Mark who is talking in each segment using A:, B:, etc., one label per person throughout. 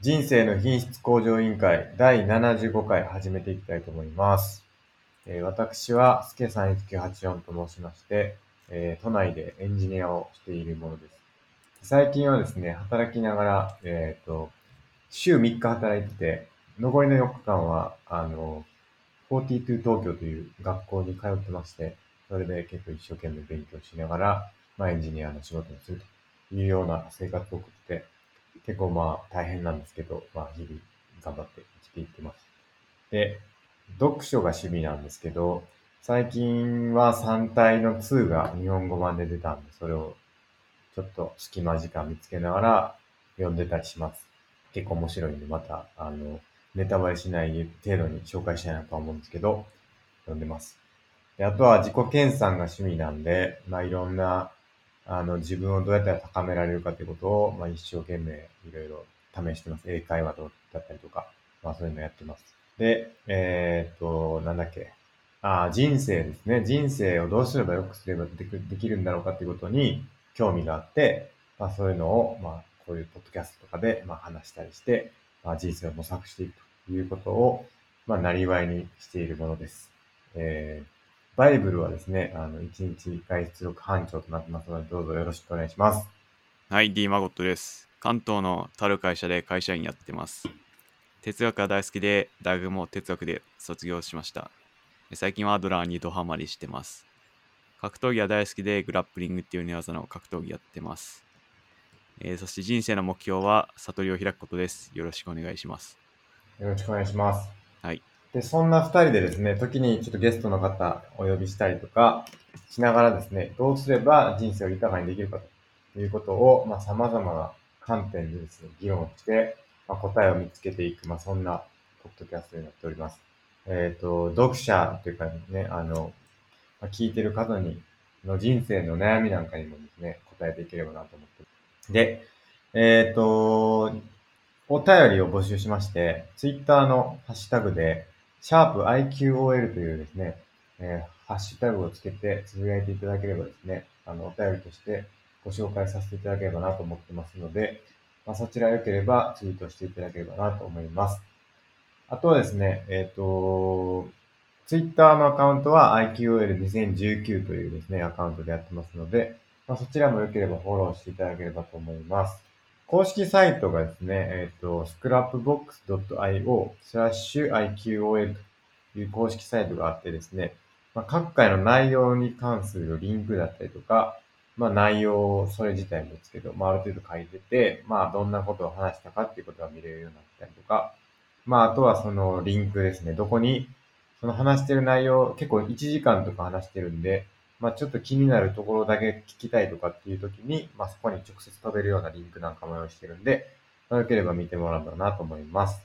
A: 人生の品質向上委員会第75回始めていきたいと思います。えー私は、すけ31984と申しまして、えー都内でエンジニアをしているものです。最近はですね、働きながら、えっ、と、週3日働いてて、残りの4日間は、あの、42東京という学校に通ってまして、それで結構一生懸命勉強しながら、まあエンジニアの仕事をするというような生活を送って、結構まあ大変なんですけど、まあ日々頑張って生きていってます。で、読書が趣味なんですけど、最近は3体の2が日本語版で出たんで、それをちょっと隙間時間見つけながら読んでたりします。結構面白いんで、また、あの、ネタバレしない程度に紹介したいなとは思うんですけど、読んでます。であとは自己研鑽が趣味なんで、まあいろんな、あの、自分をどうやったら高められるかということを、まあ一生懸命いろいろ試してます。英会話だったりとか、まあそういうのやってます。で、えーっと、なんだっけ。ああ、人生ですね。人生をどうすれば良くすればできできるんだろうかということに興味があって、まあそういうのを、まあこういうポッドキャストとかで、まあ話したりして、まあ、人生を模索していくということを、まあ、なりわいにしているものです。えー、バイブルはですね、あの、1日外出力班長となってますので、どうぞよろしくお願いします。
B: はい、D マゴットです。関東のたる会社で会社員やってます。哲学が大好きで、大学も哲学で卒業しました。最近はアドラーにドハマりしてます。格闘技は大好きで、グラップリングっていう寝技の格闘技やってます。えーそして人生の目標は悟りを開くことです。よろしくお願いします。
A: よろしくお願いします。
B: はい。
A: で、そんな二人でですね、時にちょっとゲストの方お呼びしたりとかしながらですね、どうすれば人生を豊かにできるかということを、まあ、様々な観点でですね、議論して、まあ、答えを見つけていく、まあ、そんなポッドキャストになっております。えっ、と、読者というかね、あの、まあ、聞いてる方に、の人生の悩みなんかにもですね、答えていければなと思って。で、えっ、と、お便りを募集しまして、ツイッターのハッシュタグで、シャープ i q o l というですね、えーハッシュタグをつけてつぶやいていただければですね、あの、お便りとしてご紹介させていただければなと思ってますので、まあ、そちら良ければツイートしていただければなと思います。あとはですね、えっ、と、ツイッターのアカウントは IQOL2019 というですね、アカウントでやってますので、まあ、そちらも良ければフォローしていただければと思います。公式サイトがですね、えっ、と、scrapbox.io スラッシュ IQOL という公式サイトがあってですね、まあ、各回の内容に関するリンクだったりとか、まあ内容、それ自体もですけど、まあある程度書いてて、まあどんなことを話したかっていうことが見れるようになったりとか、まああとはそのリンクですね、どこに、その話してる内容、結構1時間とか話してるんで、まあちょっと気になるところだけ聞きたいとかっていう時に、まあそこに直接飛べるようなリンクなんかも用意してるんで、まあよければ見てもらうんだなと思います。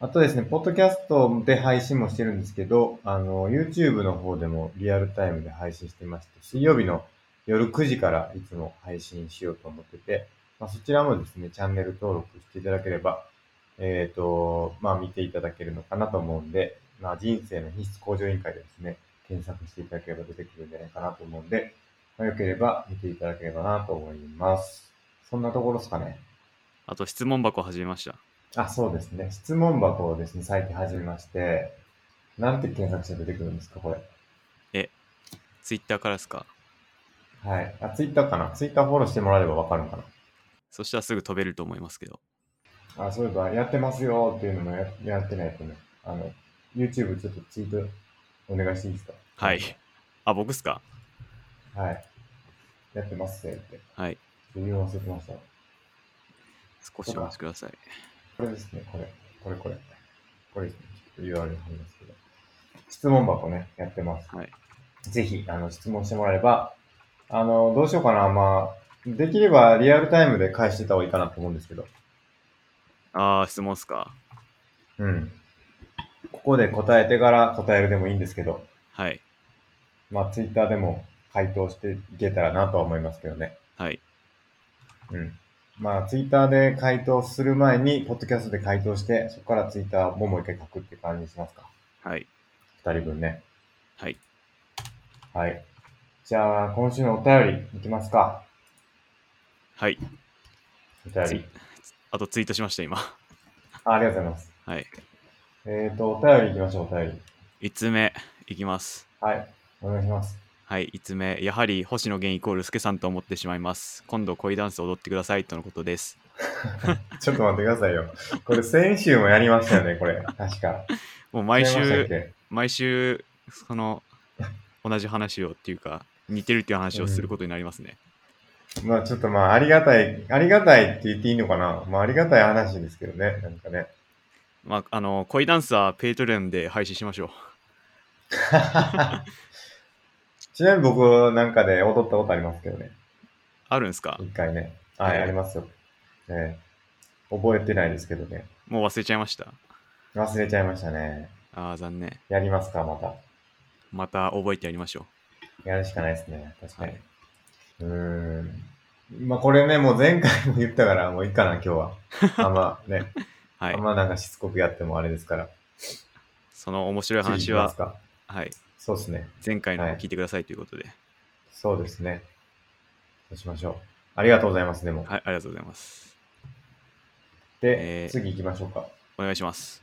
A: あとですね、ポッドキャストで配信もしてるんですけど、あの、YouTube の方でもリアルタイムで配信してまして、水曜日の夜9時からいつも配信しようと思ってて、まあ、そちらもですね、チャンネル登録していただければ、えっ、と、まあ見ていただけるのかなと思うんで、まあ人生の品質向上委員会でですね、検索していただければ出てくるんじゃないかなと思うんで、まあ、よければ見ていただければなと思います。そんなところですかね。
B: あと質問箱始めました。
A: あ、そうですね。質問箱をですね、最近始めまして、なんて検索して出てくるんですか、これ。
B: Twitter からですか
A: はい。あ、ツイッターかな。ツイッターフォローしてもらえればわかるのか
B: そしたらすぐ飛べると思いますけど。
A: な。あ、そういえば、やってますよっていうのもややってないとね。あの、YouTube ちょっとツイートお願いしていいですか
B: はい。。あ、僕っすか
A: はい。やってますねって。
B: はい。
A: 理由忘れてました。こ
B: 少しお待ちください。
A: れですね、これ。これこれ。これですね。ちょっと URL 貼りますけど。質問箱ね、やってます。
B: はい。
A: ぜひ、あの、質問してもらえれば、あの、どうしようかな。まあ、できればリアルタイムで返してた方がいいかなと思うんですけど。
B: あー、質問っすか
A: うん。ここで答えてから答えるでもいいんですけど、
B: はい。
A: まあ、ツイッターでも回答していけたらなとは思いますけどね。
B: はい。
A: うん。まあ、ツイッターで回答する前に、ポッドキャストで回答して、そこからツイッターももう一回書くって感じにしますか。
B: はい。
A: 二人分ね。
B: はい。
A: はい。じゃあ、今週のお便りいきますか。
B: はい。
A: お便
B: ツ
A: り
B: イ。あとツイートしました、今。
A: あありがとうございます。
B: はい。
A: えっ、ー、と、お便り行きましょう、お便り。
B: 5つ目いきます。
A: はい。お願いします。
B: はい、5つ目。やはり星野源イコールスケさんと思ってしまいます。今度恋ダンス踊ってくださいとのことです。
A: ちょっと待ってくださいよ。 これ先週もやりましたよね、これ。確か。
B: もう毎
A: やりましたっ
B: 週、
A: け
B: 毎週、その、同じ話をっていうか、似てるっていう話をすることになりますね。
A: まあちょっとまあありがたい、ありがたいって言っていいのかな。まあありがたい話ですけどね、なんか ね。
B: まあ、あの、恋ダンスはペイトレンで配信しましょう。
A: ちなみに僕なんかで踊ったことありますけどね。
B: あるんですか
A: 一回ね。はい、
B: ええ
A: ありますよ。ええ覚えてないですけどね。
B: もう忘れちゃいました。
A: 忘れちゃいましたね。
B: ああ、残念。
A: やりますか、また。
B: また覚えてやりましょ
A: やるしかないですね。確
B: う。
A: か
B: は
A: に。
B: い。
A: うーん。まあこれね、もう前回も言ったから、もういいかな、今日 は。あんまね、
B: はい
A: あん。まなんかしつこくやってもあれですから。
B: その面白い
A: 次
B: 話
A: 行きます
B: は、
A: か。
B: はい。
A: そうですね。
B: 前回のを
A: はい
B: 聞いてくださいということで。
A: そうですね。そうしましょう。ありがとうございます、でも。
B: はい、ありがとうございます。
A: で、
B: えー
A: 次行きましょうか。
B: お願いします。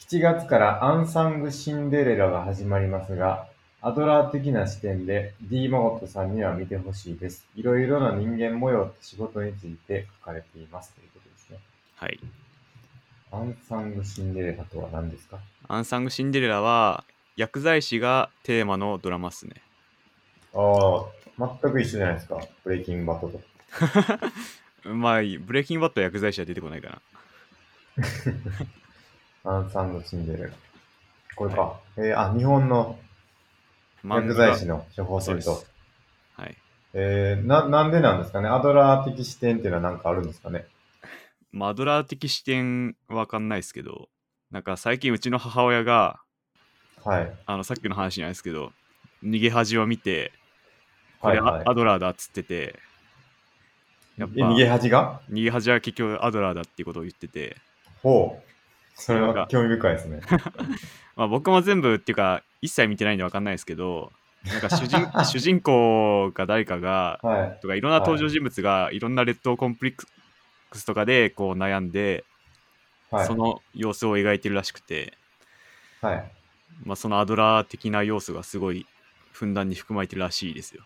A: 7月からアンサングシンデレラが始まりますが、アドラー的な視点で D マゴットさんには見てほしいです。いろいろな人間模様と仕事について書かれていますということですね。
B: はい。
A: アンサングシンデレラとは何ですか
B: アンサング・シンデレラは、薬剤師がテーマのドラマっすね。
A: ああ、全く一緒じゃないですか。ブレイキングバットと。
B: まあいい、ブレイキングバットは薬剤師は出てこないかな。
A: アンサングシンデレラ。これか。えーあ、日本の
B: 漫
A: 薬
B: 画
A: 剤師の処方
B: そう
A: 箋
B: です
A: と。。
B: はい。
A: えー、な、なんでなんですかねアドラー的視点っていうのは何かあるんですかね
B: まあアドラー的視点わかんないですけど、なんか最近うちの母親が、
A: はい。
B: あのさっきの話じゃないですけど、逃げ恥を見て、こ
A: は
B: れ
A: い、
B: あ
A: はい。
B: アドラーだっつってて、やっぱ
A: え逃げ恥が
B: 逃げ恥は結局アドラーだっていうことを言ってて、
A: ほう。それ
B: なん
A: は
B: か
A: 興味深いですね。
B: まあ、僕も全部っていうか一切見てないんでわかんないですけど、なんか主 人主人公が誰かが
A: はい。
B: とかいろんな登場人物がいろんな劣等コンプレックスとかでこう悩んで、
A: はい。
B: その様子を描いてるらしくて、
A: はい。
B: まあ、そのアドラー的な要素がすごいふんだんに含まれてるらしいですよ。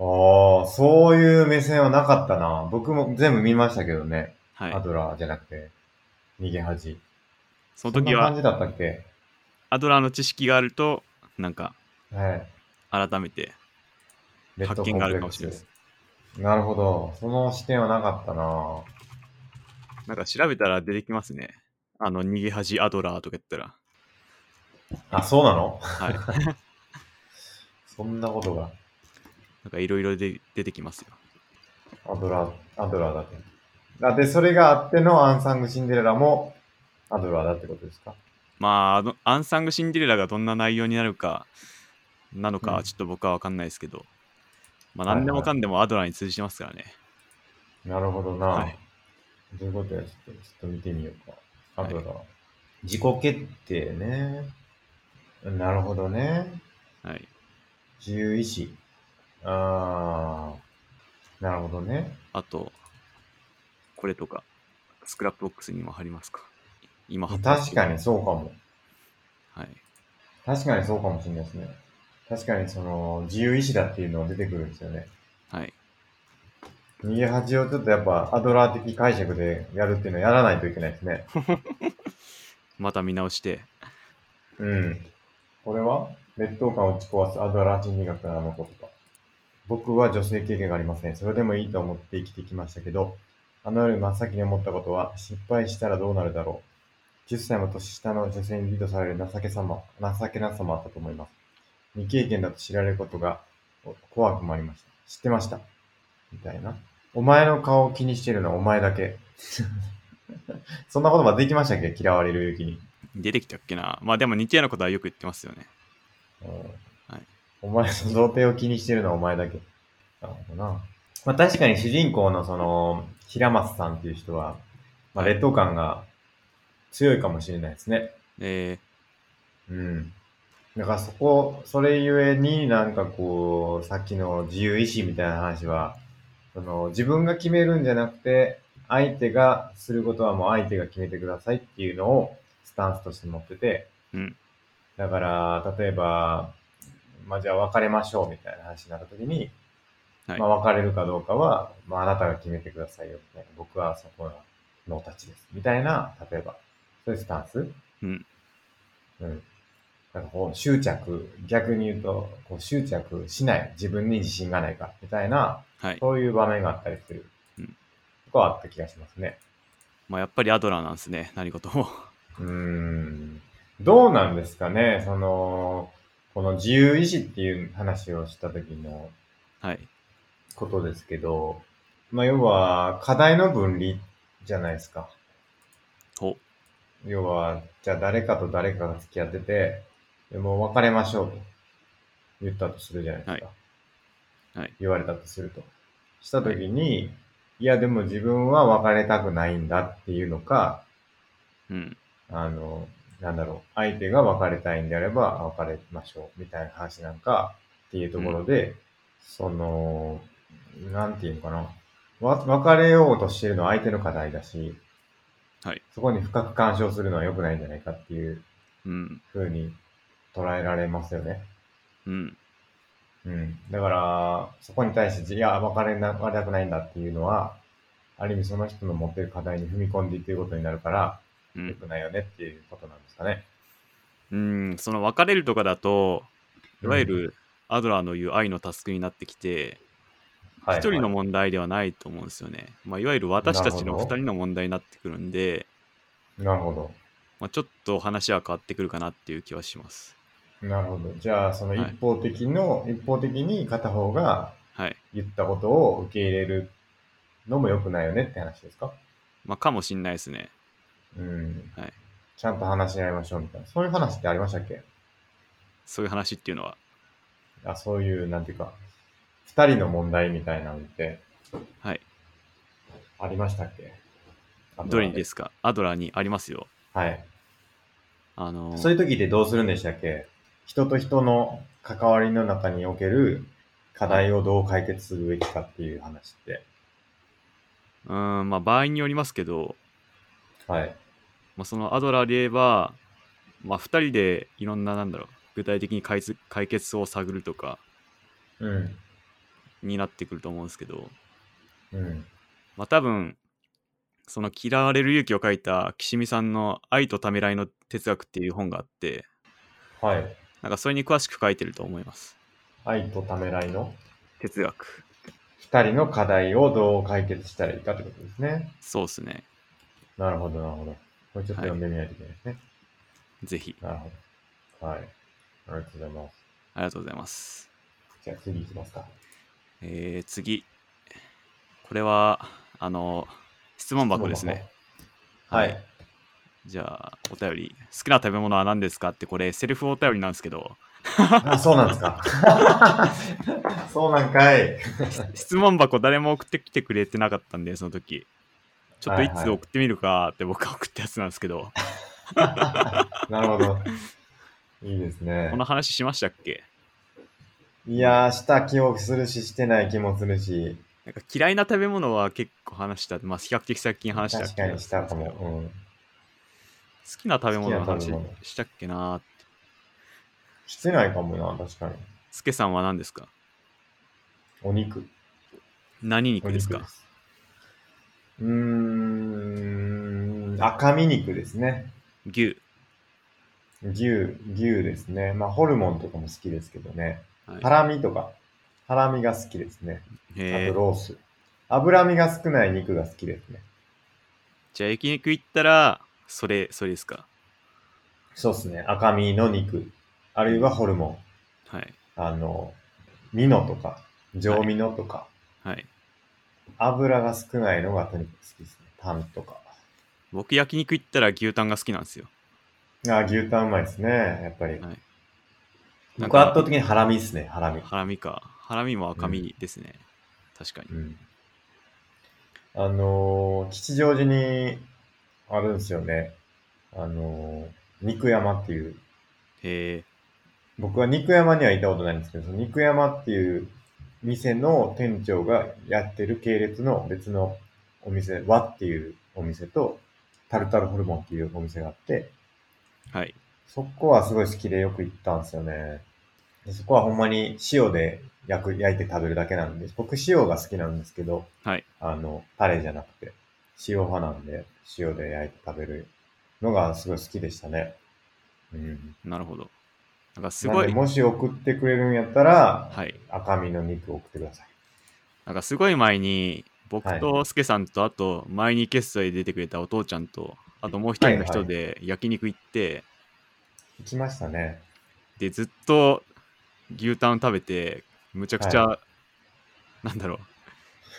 A: ああ、そういう目線はなかったな。僕も全部見ましたけどね。
B: はい
A: ア、ドラーじゃなくて、逃げ恥。
B: その
A: そん
B: 時
A: な感
B: は
A: じだったっけ
B: アドラーの知識があるとなんか
A: はい。
B: 改めて
A: レッドコ
B: 発
A: ン
B: 見
A: プ
B: があ
A: レ
B: る
A: ック
B: かもしれないで
A: ス
B: す。。
A: なるほど。その視点はなかったな。
B: なんか調べたら出てきますね。あの逃げ恥アドラーとか言ったら。
A: あ、そうなの
B: はい、
A: そんなことが。
B: なんかいろいろで出てきますよ。
A: アドラー、アドラーだって。だってそれがあってのアンサングシンデレラもアドラーだってことですか
B: まああの、アンサング・シンデレラがどんな内容になるか、なのか
A: うん
B: はちょっと僕は分かんないですけど、ま
A: は
B: あ、
A: いはい
B: 何でもかんでもアドラーに通じてますからね。
A: なるほどな。
B: はい
A: ということで、ちょっと、ちょっと見てみようか。あ
B: はい
A: とだ、自己決定ね。なるほどね。
B: はい。
A: 自由意志。ああ、なるほどね。
B: あと、これとか、スクラップボックスにも貼りますか。今貼ってます
A: 確
B: けど
A: かにそうかも。
B: はい。
A: 確かにそうかもしれないですね。確かにその、自由意志だっていうのが出てくるんですよね。
B: はい。
A: 逃げ恥をちょっとやっぱアドラー的解釈でやるっていうのはやらないといけないですね。
B: また見直して、
A: うん。これは劣等感を打ち壊すアドラー心理学なのことか。僕は女性経験がありません。それでもいいと思って生きてきましたけど、あの夜真っ先に思ったことは、失敗したらどうなるだろう。10歳も年下の女性にリードされる情けさま、情けなさもあったと思います。未経験だと知られることがお怖くもありました。知ってました。みたいな。お前の顔を気にしてるのはお前だ け。そんな言葉できましたっけ嫌われる勇気に。
B: 出てきたっけな。まあでも似たようなことはよく言ってますよね。
A: うん
B: はい
A: お前の童貞を気にしてるのはお前だけ。なるほどな。まあ確かに主人公のその、平松さんっていう人は、まあ劣等感が強いかもしれないですね。
B: え
A: うん。だからそこ、それゆえになんかこう、さっきの自由意志みたいな話は、その自分が決めるんじゃなくて、相手がすることはもう相手が決めてくださいっていうのをスタンスとして持ってて、
B: うん
A: だから、例えば、まあ、じゃあ別れましょうみたいな話になった時に、
B: はい
A: まあ、別れるかどうかは、まあ、あなたが決めてくださいよみたいな。僕はそこの立ちです。みたいな、例えば、そういうスタンス。
B: うん。
A: うん。なんかこう、執着、逆に言うと、こう執着しない。自分に自信がないから、みたいな、
B: はい。
A: そういう場面があったりする。
B: うん。
A: とかはあった気がしますね。
B: まあ、やっぱりアドラーなんですね。何事も。
A: うーんどうなんですかね、その、この自由意志っていう話をした時の
B: はい。
A: ことですけど、まあ、要は、課題の分離じゃないですか。
B: お、
A: 要は、じゃあ誰かと誰かが付き合ってて、でもう別れましょうと言ったとするじゃないですか。
B: はいはい
A: 言われたとすると。したときに、いや、でも自分は別れたくないんだっていうのか、
B: うん。
A: あの、なんだろう、相手が別れたいんであれば別れましょうみたいな話なんかっていうところで、その、なんていうのかな、わ別れようとしてるのは相手の課題だし、
B: はい
A: そこに深く干渉するのは良くないんじゃないかっていう
B: うん。
A: ふうに捉えられますよね。
B: うん。
A: うん。だから、そこに対して、いや、別れな、別れたくないんだっていうのは、ある意味その人の持ってる課題に踏み込んでいっていうことになるから、
B: う
A: 良
B: ん。
A: くないよねっていうことなんですかね。
B: うん。その別れるとかだと、いわゆ
A: うん、
B: るアドラーの言う愛のタスクになってきて、
A: はいはい
B: 一人の問題ではないと思うんですよね。まあ、いわゆる私たち
A: なる
B: の
A: ほ
B: 二
A: ど
B: 人の問題になってくるんで、
A: なるほど。
B: まあ、ちょっと話は変わってくるかなっていう気はします。
A: なるほど。じゃあ、その
B: はい
A: 一方的の、一方的に片方が
B: はい。
A: 言ったことを受け入れるのも良くないよねって話ですか
B: まあ、かもしんないですね。
A: うん。
B: はい
A: ちゃんと話し合いましょうみたいな。そういう話ってありましたっけ
B: そういう話っていうのは。
A: あ、そういう、なんていうか、二人の問題みたいなのって
B: はい。
A: ありましたっけ
B: どれにですすかアドラーにありますよ。
A: はい。
B: あのー
A: そういう時ってどうするんでしたっけ人と人の関わりの中における課題をどう解決するべきかっていう話って。
B: うーん、まあ、場合によりますけど、
A: はい。
B: まあ、そのアドラーで言えば、まあ、2人でいろんな、なんだろう、具体的に解決解決を探るとか
A: うん。
B: になってくると思うんですけど、
A: うん。
B: まあ、多分その嫌われる勇気を書いた岸見さんの「愛とためらいの哲学」っていう本があって、
A: はい。
B: なんかそれに詳しく書いてると思います。
A: 愛とためらいの
B: 哲学。
A: 二人の課題をどう解決したらいいかってことですね。
B: そうですね。
A: なるほど、なるほど。これちょっと読んでみないといけないですね。
B: ぜひ。
A: なるほど。はい。ありがとうございます。
B: ありがとうございます。
A: じゃあ次行きますか。
B: えー、次。これは、あの、質問箱ですね。
A: はい。はい。
B: じゃあ、お便り。好きな食べ物は何ですかって、これ、セルフお便りなんですけど、
A: あ、そうなんですか。 そうなんかい。
B: 質問箱誰も送ってきてくれてなかったんで、その時。ちょっとい
A: はい
B: つ
A: はい
B: 送ってみるかって僕が送ったやつなんですけど、
A: なるほど。いいですね
B: こ。の話しましたっけ
A: いやー、した気をするし、してない気もするし、
B: なんか嫌いな食べ物は結構話した、まあ、比較的最近話した
A: 確かにしたか
B: 好
A: も。うん。
B: きな食べ物の
A: 好きな食
B: 話
A: べ物
B: したっけなーって
A: してないかもな、確かに。
B: スケさんは何ですか
A: お肉。
B: 何
A: お
B: 肉ですか
A: すうーん、赤身肉ですね。
B: 牛。
A: 牛、牛ですね。まあ、ホルモンとかも好きですけどね。
B: はい
A: ハラミとか、ハラミが好きですね。あ
B: え
A: と
B: ー
A: ロース。脂身が少ない肉が好きですね。
B: じゃあ焼肉行ったら、それ、それですか
A: そうですね。赤身の肉。あるいはホルモ
B: はい。
A: ン。あの、ミノとか、上ミノとか、
B: はい。
A: 油が少ないのがとにかく好きですね。パンとか。
B: 僕焼肉行ったら牛タンが好きなんですよ。
A: あ、牛タンうまいですね。やっぱり。
B: はい。なん
A: 僕
B: か
A: は圧倒的にハラミですね。ハラミ。
B: ハラミか。ハラミも赤身ですね。確かに。
A: うんあのー吉祥寺にあるんですよね。あのー肉山っていう。
B: へえ。
A: 僕は肉山には行ったことないんですけど、その肉山っていう店の店長がやってる系列の別のお店、和っていうお店と、タルタルホルモンっていうお店があって、
B: はい。
A: そこはすごい好きでよく行ったんですよね。でそこはほんまに塩で焼く、焼いて食べるだけなんで、僕塩が好きなんですけど、
B: はい。
A: あの、タレじゃなくて、塩派なんで、塩で焼いて食べるのがすごい好きでしたね。うん。
B: なるほど。なんかす
A: なん
B: ご
A: で
B: い、
A: もし送ってくれるんやったら、
B: はい。
A: 赤身の肉を送ってください。
B: なんかすごい前に、僕
A: は
B: とスケさんと、あと、前にゲストで出てくれたお父ちゃんと、あともう一人の人で焼肉行って、
A: 行きましたね。
B: で、ずっと牛タン食べて、むちゃくちゃ、なんだろ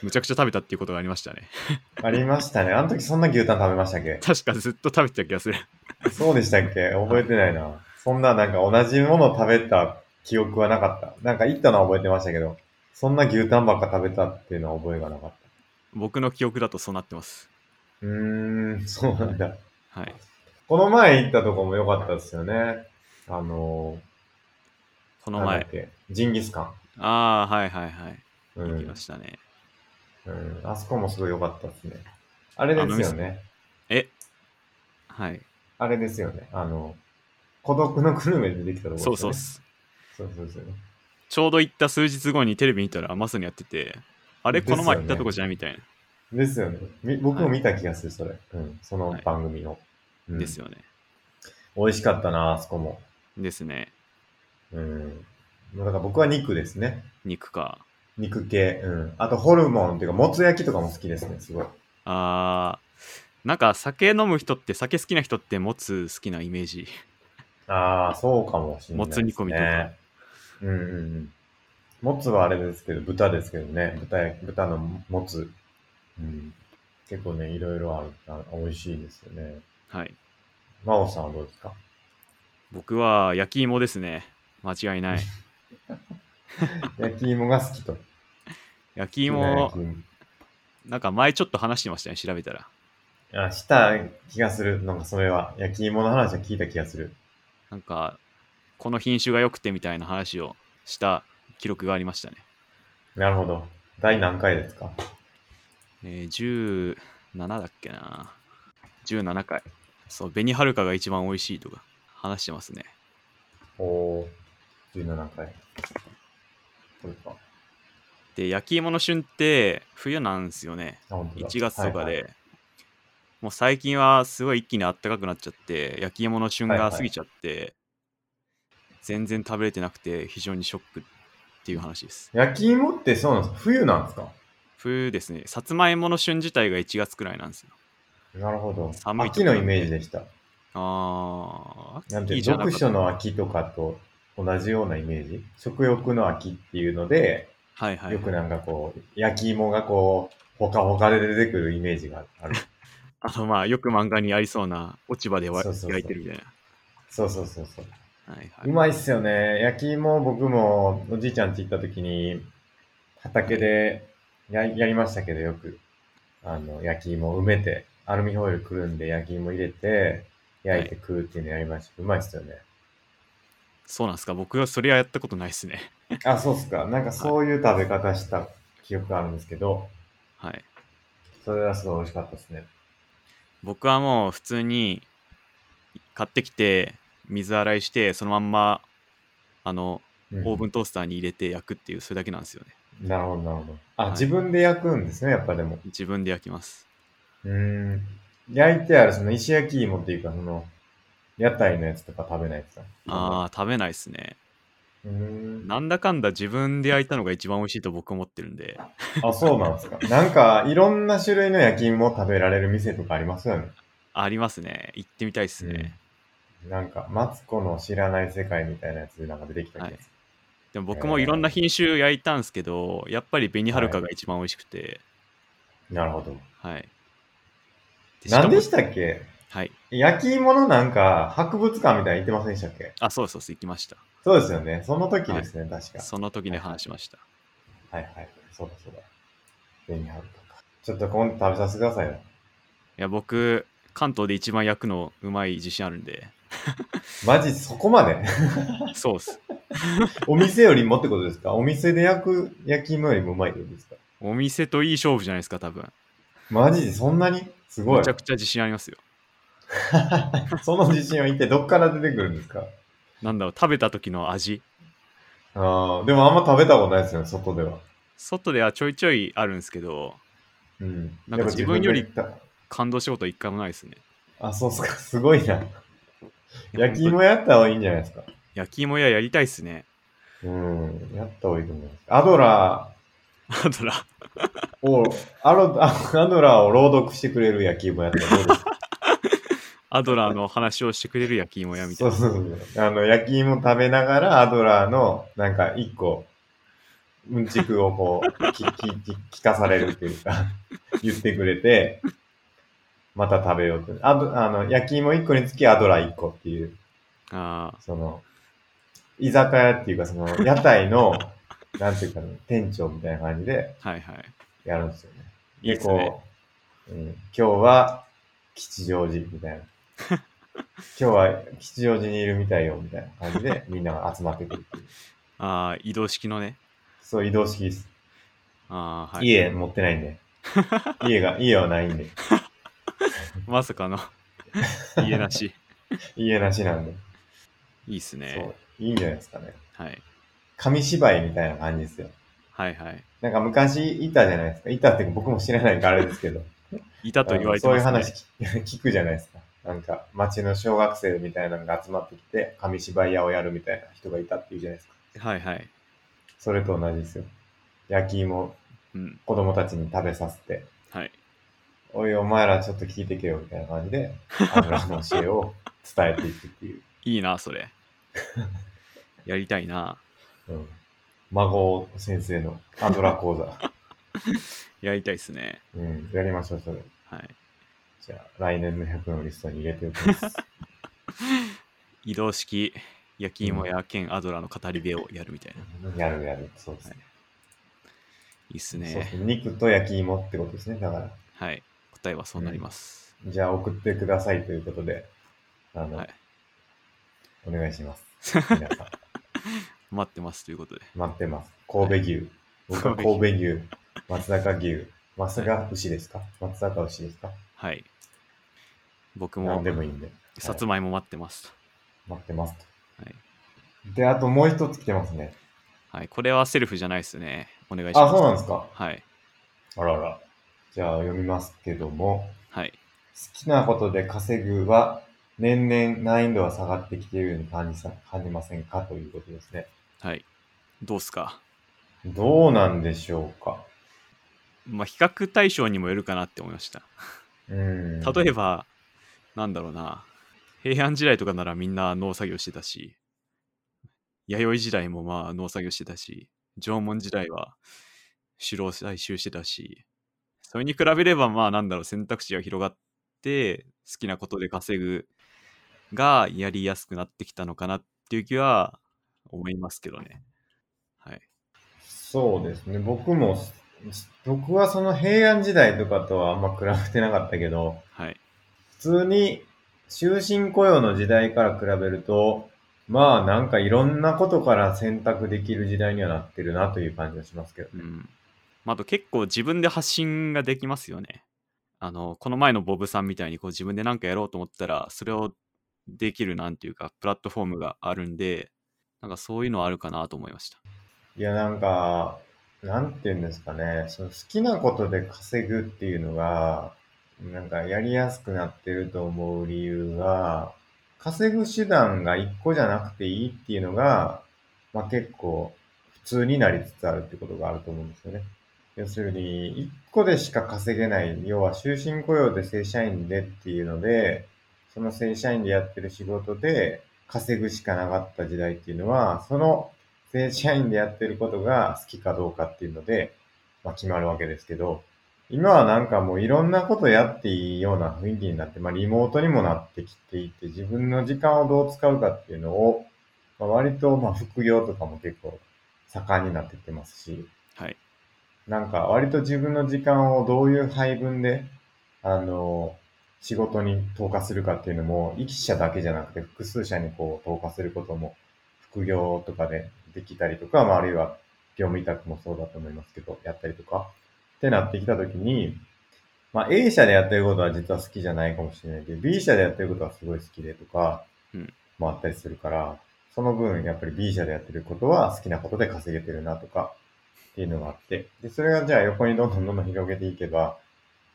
B: う、むちゃくちゃ食べたっていうことがありましたね。
A: ありましたね。あの時そんな牛タン食べましたっけ
B: 確かずっと食べてた気がする。
A: そうでしたっけ覚えてないな。そんななんか同じもの食べた記憶はなかった。なんか行ったのは覚えてましたけど、そんな牛タンばっか食べたっていうのは覚えがなかっ
B: 僕の記憶だとそうなってます。
A: た。うーん、そうなんだ。
B: はい。
A: この前行ったとこも良かったですよね。あの
B: こ
A: ー、
B: の
A: なん
B: 前
A: だっ。け、ジンギスカン。
B: ああ、はいはいはい。
A: う
B: 行き
A: ん
B: ま。したね。
A: うん、あそこもすごい良かったですね。あれですよね。
B: えはい。
A: あれですよね。あの、孤独のグルメでできたとこ
B: そ
A: ろ
B: うそうっ。
A: ですよね。そうそうそう。
B: ちょうど行った数日後にテレビ見たらまさにやってて、あれ
A: ですよ
B: こ
A: ね
B: の前行ったとこじゃんみたいな。
A: ですよね。み僕も見た気がする、それ。うん、その番組の。うん
B: ですよね。
A: 美味しかったな、あそこも。
B: ですね。
A: うん。だから僕は肉ですね。
B: 肉か。
A: 肉系。うん。あとホルモンっていうか、もつ焼きとかも好きですね、すごい。
B: あー、なんか酒飲む人って、酒好きな人ってもつ好きなイメージ。
A: ああ、そうかもしれない、
B: もつ煮込みとか。。
A: うんうんうん。もつはあれですけど、豚ですけどね。豚や、豚のもつ。うん。結構ね、いろいろあるあ美味しいですよね。
B: はい。
A: 真央さんはどうですか
B: 僕は焼き芋ですね。間違 いない。
A: 焼き芋が好きと。
B: 焼き
A: 焼
B: 芋
A: き、芋
B: なんか前ちょっと話してましたね、調べたら。
A: あ、した気がする。なんかそれは、焼き芋の話は聞いた気がする。
B: なんか、この品種が良くてみたいな話をした記録がありましたね。
A: なるほど。第何回ですか
B: えー、17だっけな。17回。そう、紅はるかが一番美味しいとか話してますね。
A: おー、17回。これか。あ、
B: で、焼き芋の旬って冬なんですよね。
A: 本当だ。
B: 1月とかで。
A: はいはい
B: もう最近はすごい一気に暖かくなっちゃって、焼き芋の旬
A: はいは
B: が
A: い
B: 過ぎちゃって、全然食べれてなくて非常にショックっていう話です。
A: 焼き芋ってそうなんですか冬なんですか
B: 冬ですね、さつまいもの旬自体が1月くらいなんですよ。
A: なるほど。
B: 寒いと
A: 秋
B: こな
A: の
B: んで
A: イメージでした。
B: あー、
A: なんて、
B: 秋じゃなか
A: 読
B: った
A: 書の秋とかと同じようなイメージ食欲の秋っていうので、
B: はいはい。
A: よくなんかこう、焼き芋がこう、ほかほかで出てくるイメージが ある。
B: あの、まあ、よく漫画にありそうな落ち葉でわ
A: そうそうそう
B: 焼いてるみたい
A: そうそうそうそう。
B: な。はいは
A: う
B: い。
A: まいっすよね。焼き芋、僕もおじいちゃんち行った時に、畑でややりましたけど、よく。あの、焼き芋を埋めて、アルミホイルくるんで焼き芋入れて、焼いて食うっていうのやりました。うまいっすよ ね。
B: そうなんですか、僕はそれはやったことないですね。
A: あ、そうっすか。なんかそういう食べ方した記憶があるんですけど、
B: はい。
A: それはすごい美味しかったですね。
B: 僕はもう普通に買ってきて、水洗いして、そのまんま、あの、
A: うん
B: オーブントースターに入れて焼くっていう、それだけなんですよね。
A: なるほど、なるほど。あ、
B: はい
A: 自分で焼くんですね、やっぱでも。
B: 自分で焼きます。
A: うーん。焼いてある、その石焼き芋っていうか、その、屋台のやつとか食べないやつだ。あ。
B: ああ、食べないですね。
A: うーん。
B: なんだかんだ自分で焼いたのが一番美味しいと僕思ってるんで、
A: あ、そうなんですか。なんか、いろんな種類の焼き芋を食べられる店とかありますよね。
B: ありますね。行ってみたいですね。
A: なんか、マツコの知らない世界みたいなやつでなんか出てきた気がする。
B: はいでも僕もいろんな品種焼いたんですけど、やっぱり紅はるかが一番美味しくて、
A: なるほど。
B: はい。
A: 何でし
B: か
A: たっけ
B: もはい。
A: 焼き芋のなんか、博物館みたいに行ってませんでしたっけ
B: あ、そうそうそう、行きました。
A: そうですよね。その時ですね、確か。
B: その時に話しました。
A: はいはい。そうだそうだ。紅はるかか。ちょっと今度食べさせてくださいよ。
B: いや、僕、関東で一番焼くのうまい自信あるんで、
A: マジそこまで
B: そうっす。
A: お店よりもってことですかお店で焼く焼き芋よりもうまいってことですか
B: お店といい勝負じゃないですか、多分。
A: マジでそんなにすごい
B: めち。ゃくちゃ自信ありますよ。
A: その自信は一体どっから出てくるんですか
B: なんだろう、食べた時の味。
A: ああ、でもあんま食べたことないですよね、外では。
B: 外ではちょいちょいあるんですけど、
A: うん。や
B: なんか
A: っぱ
B: 自分より
A: で行った
B: 感動したこと一回もないですね。
A: あ、そうっすか。すごいな。
B: いや
A: 焼き芋やった方がいいんじゃないですか。
B: 焼き芋屋やりたいっすね。
A: うん。やった方がいいと思います。アドラ
B: アドラー。
A: ーを、アロあアドラーを朗読してくれる焼き芋やったらどうですか
B: アドラーの話をしてくれる焼き芋屋みた
A: そ
B: いうな。
A: そうそう。あの、焼き芋食べながらアドラーの、なんか一個、うんちくをこう、 き、き、き、聞かされるっていうか、 言ってくれて、また食べようと。あと、あの、焼き芋一個につきアドラー一個っていう。
B: ああ、
A: その、居酒屋っていうか、その、屋台の、なんていうか、ね、店長みたいな感じで
B: はいはい。
A: やるんですよね。
B: いいですね。
A: う、うん、今日は吉祥寺み たいな。今日は吉祥寺にいるみたいよ、みたいな感じ で、みんなが集まってくるっていう。
B: ああ、移動式のね。
A: そう、移動式です。
B: ああ、はい。
A: 家持ってないんで。 家が、家はないんで。
B: まさかの 家なし。
A: 家なしなんで。
B: いいっす
A: そ
B: ね
A: う。、いいんじゃないですかね。
B: はい。
A: 紙芝居みたいな感じですよ。
B: はいはい。
A: なんか昔、いたじゃないですか。いたって僕も知らないからあれですけど。
B: いたと言われて
A: そう
B: ま
A: いう
B: す、ね。
A: 話聞聞くじゃないですか。なんか、町の小学生みたいなのが集まってきて、紙芝居屋をやるみたいな人がいたっていうじゃないですか。
B: はいはい。
A: それと同じですよ。焼き芋、
B: うん。
A: 子供たちに食べさせて、
B: はい。
A: おい、お前らちょっと聞いてけよみたいな感じで、あのの教えを伝えていくっていう。
B: いいな、それ。やりたいな。
A: うん、孫先生のアドラ講座。
B: やりたいっすね。
A: うん、やりましょう、それ。
B: はい。
A: じゃあ、来年の100のリストに入れておきます。
B: 移動式焼き芋屋兼アドラーの語り部をやるみたいな。
A: やるやる、そうですね。
B: いいっす
A: そうです
B: ね。
A: ね肉と焼き芋ってことですね、だから。
B: はい。答えはそうなります。
A: じゃあ送ってくださいということで、あの、
B: はい
A: お願いします。 皆さん、
B: 待ってますということで。
A: 待ってます。神戸牛。僕は
B: 神戸
A: 神戸牛、松坂牛、松坂牛ですか松坂牛ですか
B: はい。僕も
A: 何でもいいんで。はい
B: さつまいも待ってます。
A: 待ってますと。
B: はい
A: で、あともう一つ来てますね。
B: はい。これはセルフじゃないですね。お願いします。
A: あ、そうなんですか
B: はい。
A: あらあら。じゃあ読みますけども、
B: はい。
A: 好きなことで稼ぐは、年々難易度が下がってきているように感じさ感じませんかということですね。
B: はい。どうっすか
A: どうなんでしょうか
B: まあ、比較対象にもよるかなって思いました。
A: うん。
B: 例えば、なんだろうな。平安時代とかならみんな農作業してたし、弥生時代もまあ農作業してたし、縄文時代は狩猟採集してたし、それに比べればまあなんだろう選択肢が広がって好きなことで稼ぐがやりやすくなってきたのかなっていう気は思いますけどね。はい。
A: そうですね。僕も、す僕はその平安時代とかとはあんま比べてなかったけど、
B: はい。
A: 普通に終身雇用の時代から比べると、まあなんかいろんなことから選択できる時代にはなってるなという感じがしますけど
B: う
A: ね。
B: ん。まあ、あと結構自分で発信ができますよね。あの、この前のボブさんみたいにこう自分で何かやろうと思ったら、それをできるなんていうか、プラットフォームがあるんで、なんかそういうのはあるかなと思いました。
A: いやなんか、なんて言うんですかね。その好きなことで稼ぐっていうのが、なんかやりやすくなってると思う理由は、稼ぐ手段が一個じゃなくていいっていうのが、まあ結構普通になりつつあるってことがあると思うんですよね。要するに、一個でしか稼げない、要は終身雇用で正社員でっていうので、その正社員でやってる仕事で稼ぐしかなかった時代っていうのは、その正社員でやってることが好きかどうかっていうので、まあ、決まるわけですけど、今はなんかもういろんなことやっていいような雰囲気になって、まあ、リモートにもなってきていて、自分の時間をどう使うかっていうのを、まあ、割とまあ副業とかも結構盛んになってきてますし、
B: はい。
A: なんか割と自分の時間をどういう配分で、あの、仕事に投下するかっていうのも、一社だけじゃなくて複数社にこう投下することも、副業とかでできたりとか、まあ、あるいは業務委託もそうだと思いますけど、やったりとか、ってなってきたときに、まあ A 社でやってることは実は好きじゃないかもしれないけど、B 社でやってることはすごい好きでとか、
B: うん
A: もあったりするから、その分やっぱり B 社でやってることは好きなことで稼げてるなとか、っていうのがあって、で、それがじゃあ横にどんどんどんどん広げていけば、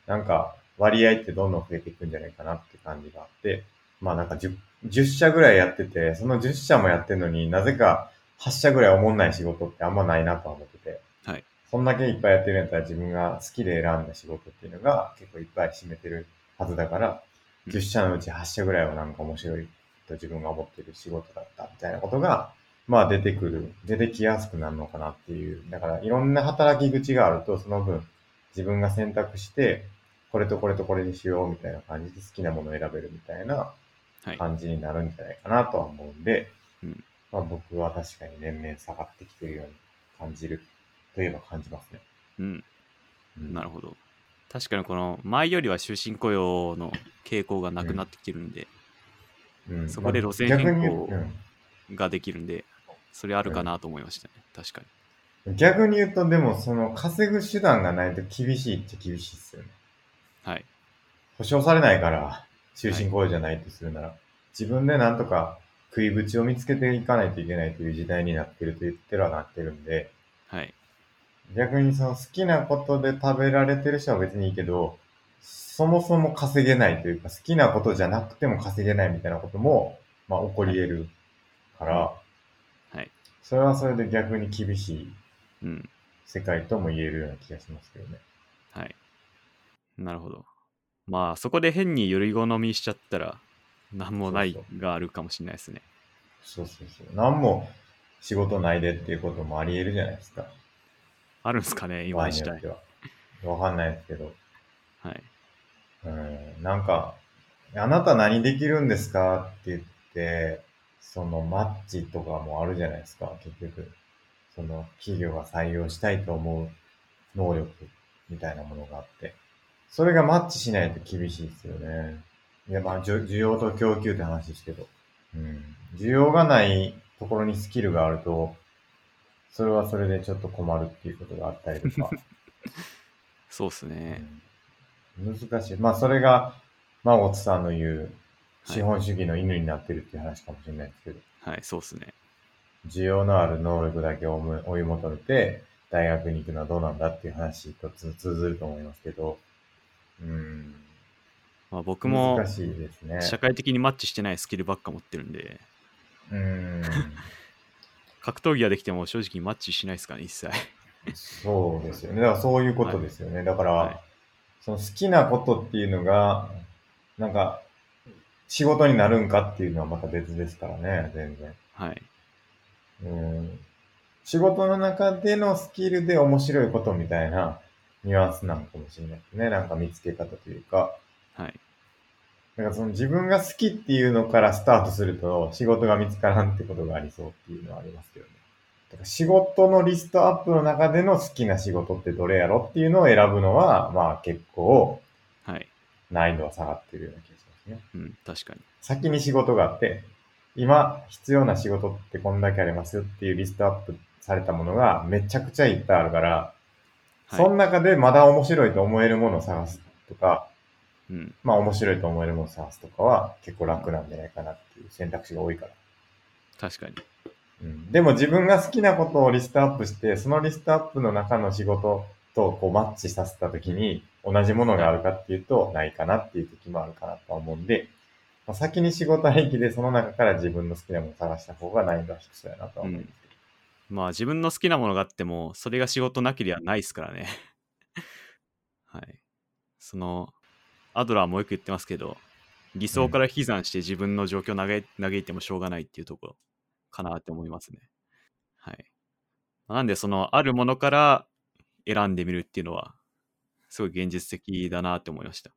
A: なんか割合ってどんどん増えていくんじゃないかなって感じがあって、まあなんか 10, 10社ぐらいやってて、その10社もやってるのになぜか8社ぐらい思んない仕事ってあんまないなとは思ってて、
B: はい。
A: そんだけいっぱいやってるんやったら自分が好きで選んだ仕事っていうのが結構いっぱい占めてるはずだから、
B: うん
A: 10社のうち8社ぐらいはなんか面白いと自分が思ってる仕事だったみたいなことが、まあ出てくる、出てきやすくなるのかなっていう。だからいろんな働き口があると、その分自分が選択して、これとこれとこれにしようみたいな感じで好きなものを選べるみたいな
B: はい
A: 感じになるんじゃないかなとは思うんで、
B: うん
A: まあ僕は確かに年々下がってきてるように感じるといえば感じますね。
B: うん。
A: うん
B: なるほど。確かにこの前よりは終身雇用の傾向がなくなってきてるんで、
A: うん
B: そこで路線
A: まあ
B: 変更を
A: 逆に,、
B: ができるんで、それあるかなと思いましたね。確かに。
A: うん、逆に言うと、でもその稼ぐ手段がないと厳しいっちゃ厳しいっすよね。
B: はい。
A: 保証されないから、終身雇用じゃないとするなら、自分でなんとか食い口を見つけていかないといけないという時代になってると言ってるはなってるんで、
B: はい。
A: 逆にその好きなことで食べられてる人は別にいいけど、そもそも稼げないというか、好きなことじゃなくても稼げないみたいなことも、まあ起こり得るから、
B: はい。
A: それはそれで逆に厳しい
B: うん。
A: 世界とも言えるような気がしますけどね。
B: はい。なるほど。まあ、そこで変により好みしちゃったら、なんもない
A: そう
B: があるかもしれないですね。
A: そうそうそう。なんも仕事ないでっていうこともあり得るじゃないですか。
B: あるんですかね、
A: 場
B: 今
A: 合
B: の
A: に
B: 時
A: よっ
B: 代
A: て。は。わかんないですけど。
B: はい。
A: うん、なんか、あなた何できるんですかって言って、そのマッチとかもあるじゃないですか、結局。その企業が採用したいと思う能力みたいなものがあって。それがマッチしないと厳しいですよね。いや、まあ、じょ需要と供給って話ですけど。うん。需要がないところにスキルがあると、それはそれでちょっと困るっていうことがあったりとか。
B: そうっすね。
A: 難しい。まあ、それが、マゴツさんの言う、
B: はい
A: 資本主義の犬になってるっていう話かもしれないですけど、
B: はい、そうっすね。
A: 需要のある能力だけ追い追い求めて、大学に行くのはどうなんだっていう話とつ通ずると思いますけど、うん。
B: まあ、僕も
A: 難しいですね。
B: 社会的にマッチしてないスキルばっか持ってるんで、
A: うん。
B: 格闘技ができても正直マッチしないですかね、一切。
A: そうですよね。だからそういうことですよね。だから、
B: はい
A: その好きなことっていうのが、なんか、仕事になるんかっていうのはまた別ですからね、全然。
B: はい。
A: うん仕事の中でのスキルで面白いことみたいなニュアンスなのかもしれないですね。なんか見つけ方というか。
B: はい。
A: だからその自分が好きっていうのからスタートすると仕事が見つからんってことがありそうっていうのはありますけどね。だから仕事のリストアップの中での好きな仕事ってどれやろっていうのを選ぶのは、まあ結構
B: はい。
A: 難易度は下がってるような気がしますね。
B: うん、確かに。
A: 先に仕事があって、今必要な仕事ってこんだけありますよっていうリストアップされたものがめちゃくちゃいっぱいあるから、
B: はい。
A: その中でまだ面白いと思えるものを探すとか、
B: うん、
A: まあ面白いと思えるものを探すとかは結構楽なんじゃないかなっていう選択肢が多いから。
B: 確かに。
A: うん、でも自分が好きなことをリストアップして、そのリストアップの中の仕事とこうマッチさせたときに同じものがあるかっていうとないかなっていう時もあるかなとは思うんで、まあ、先に仕事ありきでその中から自分の好きなものを探した方が難易度は低そうやなとは思うんですけど。
B: まあ自分の好きなものがあっても、それが仕事なければないですからね。 はい。その、アドラーもよく言ってますけど、理想から悲惨して自分の状況を嘆い嘆いてもしょうがないっていうところかなって思いますね。はい。なんで、その、あるものから選んでみるっていうのは、すごい現実的だなって思いました。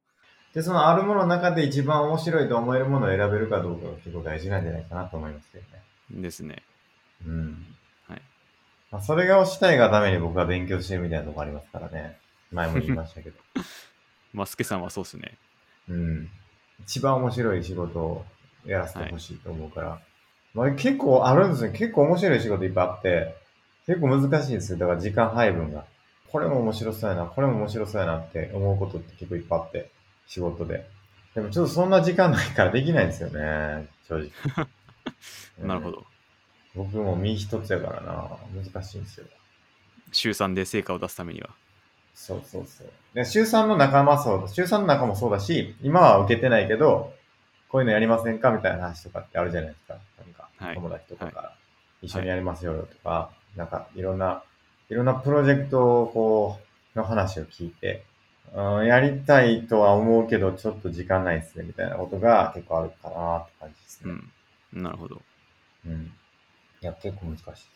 A: で、そのあるものの中で一番面白いと思えるものを選べるかどうかが結構大事なんじゃないかなと思いますけどね。
B: ですね。
A: うん。
B: はい。
A: まあ、それがしたいがために僕は勉強してるみたいなとこありますからね。前も言いましたけど。
B: まあ、スケさんはそうですね。
A: うん。一番面白い仕事をやらせてほしいと思うから。まあ、結構あるんですよ。結構面白い仕事いっぱいあって、結構難しいんですよ。だから時間配分が。これも面白そうやな、これも面白そうやなって思うことって結構いっぱいあって、仕事で。でもちょっとそんな時間ないからできないんですよね、正直。
B: なるほ
A: ど。
B: ど。
A: 僕も身一つやからな、難しいんですよ。
B: 週3で成果を出すためには。
A: そうそうそう。で週3の仲間そう、週3の仲もそうだし、今は受けてないけど、こういうのやりませんかみたいな話とかってあるじゃないですか。なんか
B: はい、
A: 友達とかから、一緒
B: は
A: に
B: い
A: やりますよとか、なんかいろんな、いろんなプロジェクトをこう、の話を聞いて、うん、やりたいとは思うけど、ちょっと時間ないですね、みたいなことが結構あるかなって感じです
B: う
A: ね。
B: ん。なるほど。
A: うん。いや、結構難しいです。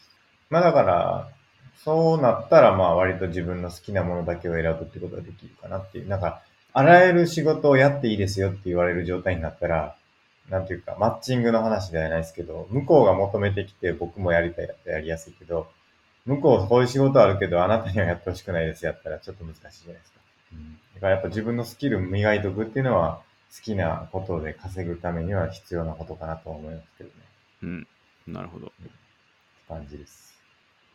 A: まあだから、そうなったら、まあ割と自分の好きなものだけを選ぶってことができるかなっていう。なんか、あらゆる仕事をやっていいですよって言われる状態になったら、なんていうか、マッチングの話ではないですけど、向こうが求めてきて僕もやりたいやったらやりやすいけど、向こうこういう仕事あるけど、あなたにはやってほしくないですやったらちょっと難しいじゃないですか。うん、だからやっぱ自分のスキル磨いとくっていうのは、好きなことで稼ぐためには必要なことかなとは思いますけどね。
B: うん。なるほど。
A: 感じです。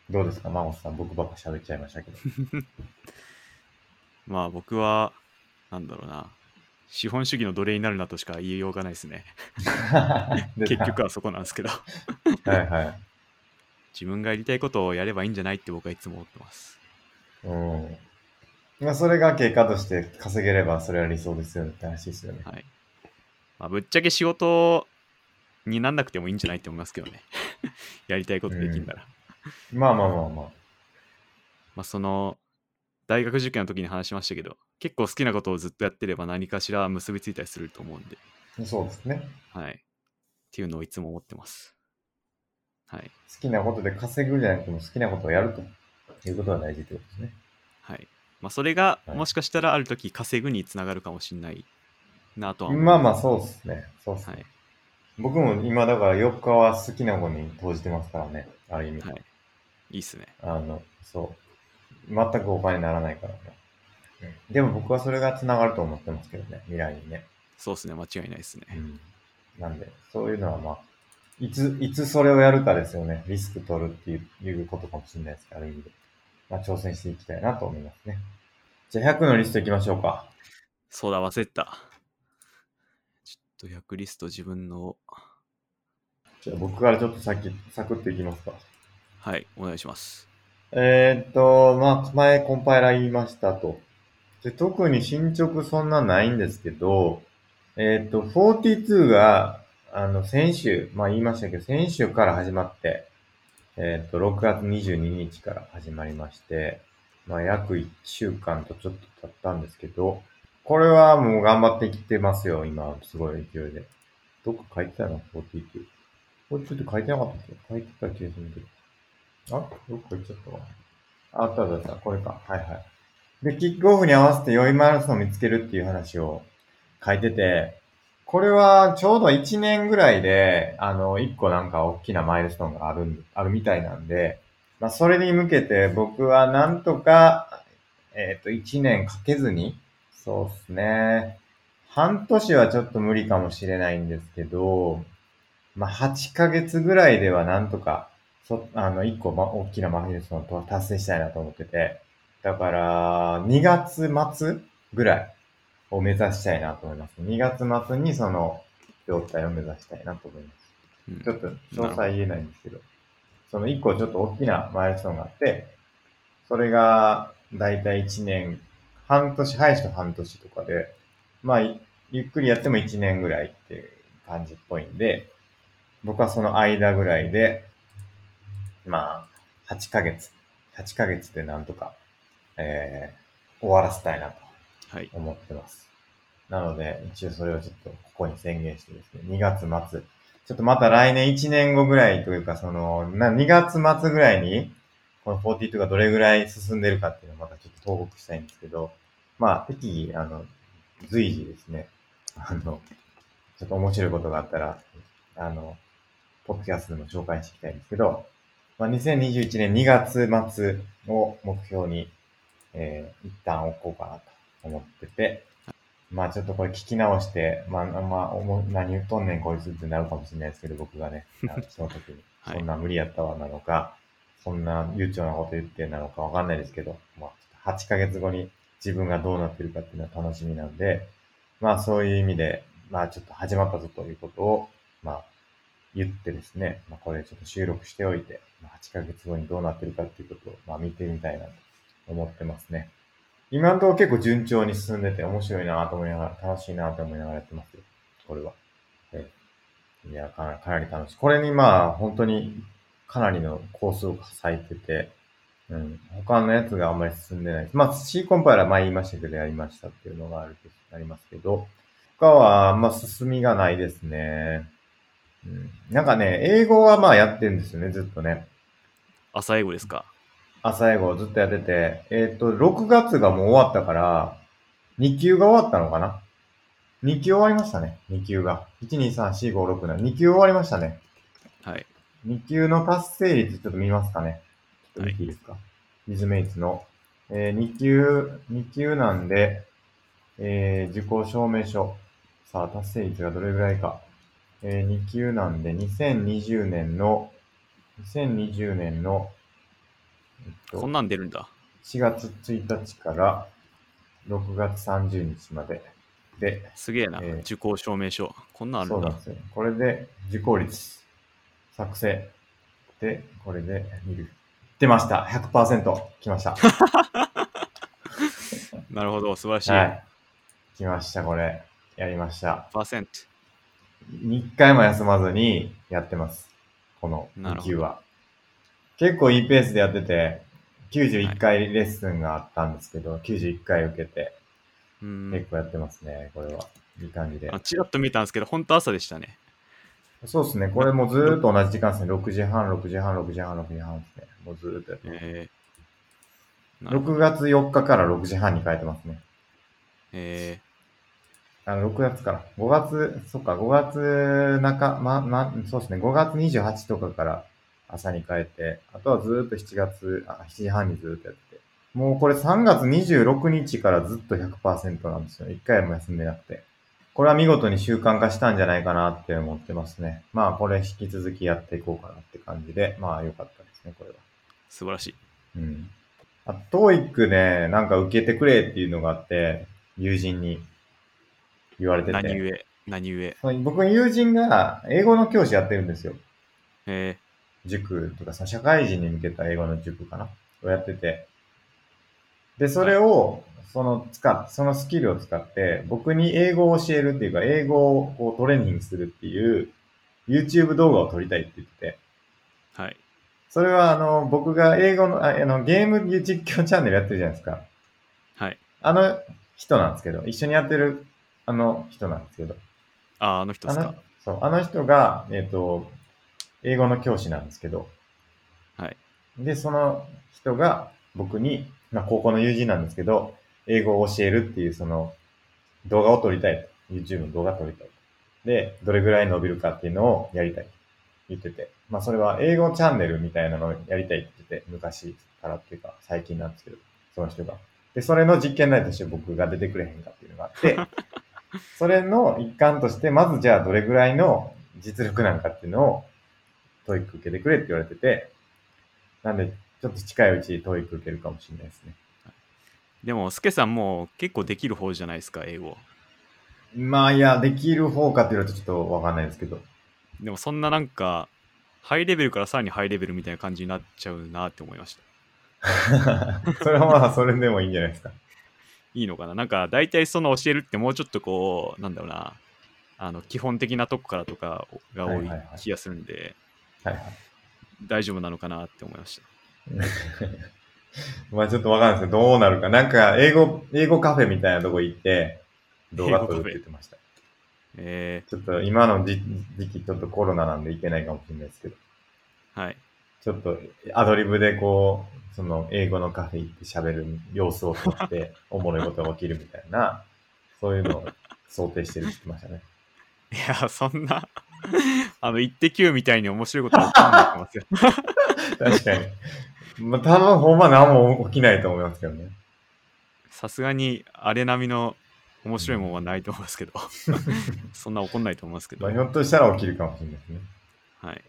A: どうですか、マゴスさん、僕ばっか喋っちゃいました けど。
B: まあ僕は、なんだろうな。資本主義の奴隷になるなとしか言いようがないですね。結局はそこなんですけど。
A: 出た。 はいはい。
B: 自分がやりたいことをやればいいんじゃないって僕はいつも思ってます。
A: うん。まあ、それが結果として稼げれば、それは理想ですよねって話ですよね。
B: はい。まあぶっちゃけ仕事になんなくてもいいんじゃないって思いますけどね。 やりたいことできんなら。
A: まあまあまあまあ。
B: まあ、その大学受験の時に話しましたけど結構好きなことをずっとやってれば何かしら結びついたりすると思うんで、
A: そうですね。
B: はい、っていうのをいつも思ってます、はい
A: 好きなことで稼ぐじゃなくても、好きなことをやるということが大事ってことですね。
B: はいまあ、それが
A: はい
B: もしかしたらある時稼ぐにつながるかもしれないなとは思う
A: まあまあ、そうですね。そうですね。
B: はい
A: 僕も今、だから4日は好きなことに投じてますからね。ある意味。
B: はいいいっすね
A: あの、そう。全くお金にならないからね。うん、でも僕はそれが繋がると思ってますけどね、未来にね。
B: そうっすね間違いないですね、
A: うん、なんで、そういうのはまあ、いつ、いつそれをやるかですよね。リスク取るっていういうことかもしれないですけど、ある意味で。まあ、挑戦していきたいなと思いますね。じゃあ100のリストいきましょうか。
B: そうだ忘れてたちょっと100リスト自分の
A: じゃあ僕からちょっとさっき、サクッといきますか。
B: はいお願いします
A: えー、っと、まあ、前コンパイラー言いましたと。で、特に進捗そんなないんですけど、えー、っと、42が、あの、先週、まあ言いましたけど、先週から始まって、えー、っと、6月22日から始まりまして、まあ約1週間とちょっと経ったんですけど、これはもう頑張ってきてますよ、今、すごい勢いで。どっか書いてたの ?42。42って書いてなかったっけ書いてた気がするけど。あ、どっか行っちゃったわ。ああったあったあった、これか。はいはい。で、キックオフに合わせて良いマラソンを見つけるっていう話を書いてて、これはちょうど1年ぐらいで、あの、1個なんか大きなマイルストーンがあるん、あるみたいなんで、まあ、それに向けて僕はなんとか、えっ、と、1年かけずに、そうですね。半年はちょっと無理かもしれないんですけど、まあ、8ヶ月ぐらいではなんとかそあの、一個、ま、大きなマフィルソンと達成したいなと思ってて、だから、2月末ぐらいを目指したいなと思います。2月末にその状態を目指したいなと思います。
B: うん
A: ちょっと詳細言えないんですけど、その一個ちょっと大きなマイルストーンがあって、それがだいたい1年、半年、早しと半年とかで、まあ、いゆっくりやっても1年ぐらいっていう感じっぽいんで、僕はその間ぐらいで、まあ、8ヶ月、8ヶ月でなんとか、えー、終わらせたいなと
B: はい
A: 思ってます。なので、一応それをちょっとここに宣言してですね、2月末、ちょっとまた来年1年後ぐらいというか、その、な2月末ぐらいに、この42がどれぐらい進んでるかっていうのをまたちょっと報告したいんですけど、まあ、適宜、あの、随時ですね、あの、ちょっと面白いことがあったら、あの、ポッドキャストでも紹介していきたいんですけど、まあ、2021年2月末を目標に、えー、一旦置こうかなと思ってて、まあちょっとこれ聞き直して、まあ、まあ、おも何言っとんねんこいつってなるかもしれないですけど、僕がね、あのその時に、
B: はい
A: そんな無理やったわなのか、そんな悠長なこと言ってなのかわかんないですけど、まあ、 8ヶ月後に自分がどうなってるかっていうのは楽しみなんで、まあそういう意味で、まあちょっと始まったぞということを、まあ言ってですね、まあこれちょっと収録しておいて、まあ8ヶ月後にどうなってるかっていうことを、まあ見てみたいなと思ってますね。今のところ結構順調に進んでて面白いなと思いながら、楽しいなと思いながらやってますよ。これは。ええいやかな、かなり楽しい。これにまあ本当にかなりのコースを割いてて、うん。他のやつがあんまり進んでない。まあ、C コンパイラー前言いましたけど、やりましたっていうのがあるけど、ありますけど、他は、まあ、進みがないですね。うん。なんかね、英語はまあやってんですよね、ずっとね。
B: 朝英語ですか。
A: 朝英語をずっとやってて、えっ、と、6月がもう終わったから、2級が終わったのかな ?2 級終わりましたね、2級が。1、2、3、4、5、6、7、2級終わりましたね。
B: はい。
A: 2級の達成率ちょっと見ますかね。ちょっと
B: はい
A: 見ていいですか。リズメイツの。えー、2級、2級なんで、えー、受講証明書。さあ、達成率がどれぐらいか。えー、2級なんで、2020年の、2020年の、えっと
B: こんなん出るんだ。
A: 4月1日から6月30日まで。で、
B: すげえな。
A: えー
B: 受講証明書。こんなんある
A: そ
B: ん
A: うな
B: だ。
A: んですよ。これで受講率、作成。で、これで見る。出ました。100%来ました。は
B: なるほど。素晴らしい。
A: い。来ました、これ。やりました。
B: パーセント。
A: 1回も休まずにやってます。この
B: な
A: 2
B: るほど
A: 級は。結構いいペースでやってて、91回レッスンがあったんですけど、91回受けて、
B: うーん
A: 結。構やってますね、これは。いい感じで
B: あ。ちらっと見たんですけど、本当朝でしたね。
A: そうですね。これもずーっと同じ時間ですね。6時半、6時半、6時半、6時半ですね。もうずーっとやってます。
B: えー、なるほど
A: 6月4日から6時半に変えてますね。
B: え
A: あの、6月から。5月、そっか、5月中、ま、ま、そうですね。5月28とかから朝に変えて、あとはずーっと7月、あ、7時半にずーっとやってて。もうこれ3月26日からずっと100%なんですよ。1回も休んでなくて。これは見事に習慣化したんじゃないかなって思ってますね。まあこれ引き続きやっていこうかなって感じで、まあ良かったですね、これは。
B: ー、素晴らしい。
A: うん。あ、トーイックね、なんか受けてくれっていうのがあって、友人に言われて
B: 何
A: て。
B: 故、何故。
A: 僕の友人が英語の教師やってるんですよ。
B: え
A: 塾とかさ、社会人に向けた英語の塾かなをやってて。で、それを、その使っ、そのスキルを使って、僕に英語を教えるっていうか、英語をこうトレーニングするっていう、YouTube 動画を撮りたいって言ってて。
B: ー、はい。
A: それはあの、僕が英語の、ああの、ゲーム実況チャンネルやってるじゃないですか。
B: はい。
A: あの人なんですけど、一緒にやってるあの人なんですけど、
B: あ、あの人で
A: あ
B: すか
A: の。そうあの人が、えっ、と、英語の教師なんですけど、
B: はい。
A: で、その人が僕に、まあ、高校の友人なんですけど、英語を教えるっていう、その、動画を撮りたいと。YouTube の動画を撮りたい。で、どれぐらい伸びるかっていうのをやりたい。言ってて。まあ、それは英語チャンネルみたいなのをやりたいって言ってて、昔からっていうか、最近なんですけど、その人が。で、それの実験台として僕が出てくれへんかっていうのがあって、それの一環として、まずじゃあどれぐらいの実力なんかっていうのを、トイック受けてくれって言われてて、なんで、ちょっと近いうちにトイック受けるかもしれないですね。
B: でも、スケさんもう結構できる方じゃないですか、英語。
A: まあ、いや、できる方かっていうのはちょっとわかんないですけど。
B: でも、そんななんか、ハイレベルからさらにハイレベルみたいな感じになっちゃうなって思いました。
A: それはまあ、それでもいいんじゃないですか。
B: いいのかななんか、大体その教えるってもうちょっとこう、なんだろうな、あの、基本的なとこからとかが多い
A: はいはいはい
B: 気がするんで、
A: はいはい。
B: 大丈夫なのかなって思いました。
A: まあ、ちょっとわかんないですけど、どうなるか。なんか、英語、英語カフェみたいなとこ行って、動画撮るって言ってました。
B: え
A: ちょっと今の時時期、ちょっとコロナなんで行けないかもしれないですけど、
B: ー、はい。
A: ちょっとアドリブでこう、その英語のカフェ行って喋る様子を撮 って、おもろいことが起きるみたいな、そういうのを想定してるって言ってましたね。
B: いや、そんな、 あの、イッテ Q みたいに面白いことは起きないと思いますよ。
A: 確かに。まあ、多分ほんま何も起きないと思いますけどね。
B: さすがに、あれ並みの面白いもんはないと思います けど、そんな怒んないと思いますけど、
A: まあ、
B: は
A: ひょっとしたら起きるかもしれないですね。
B: い。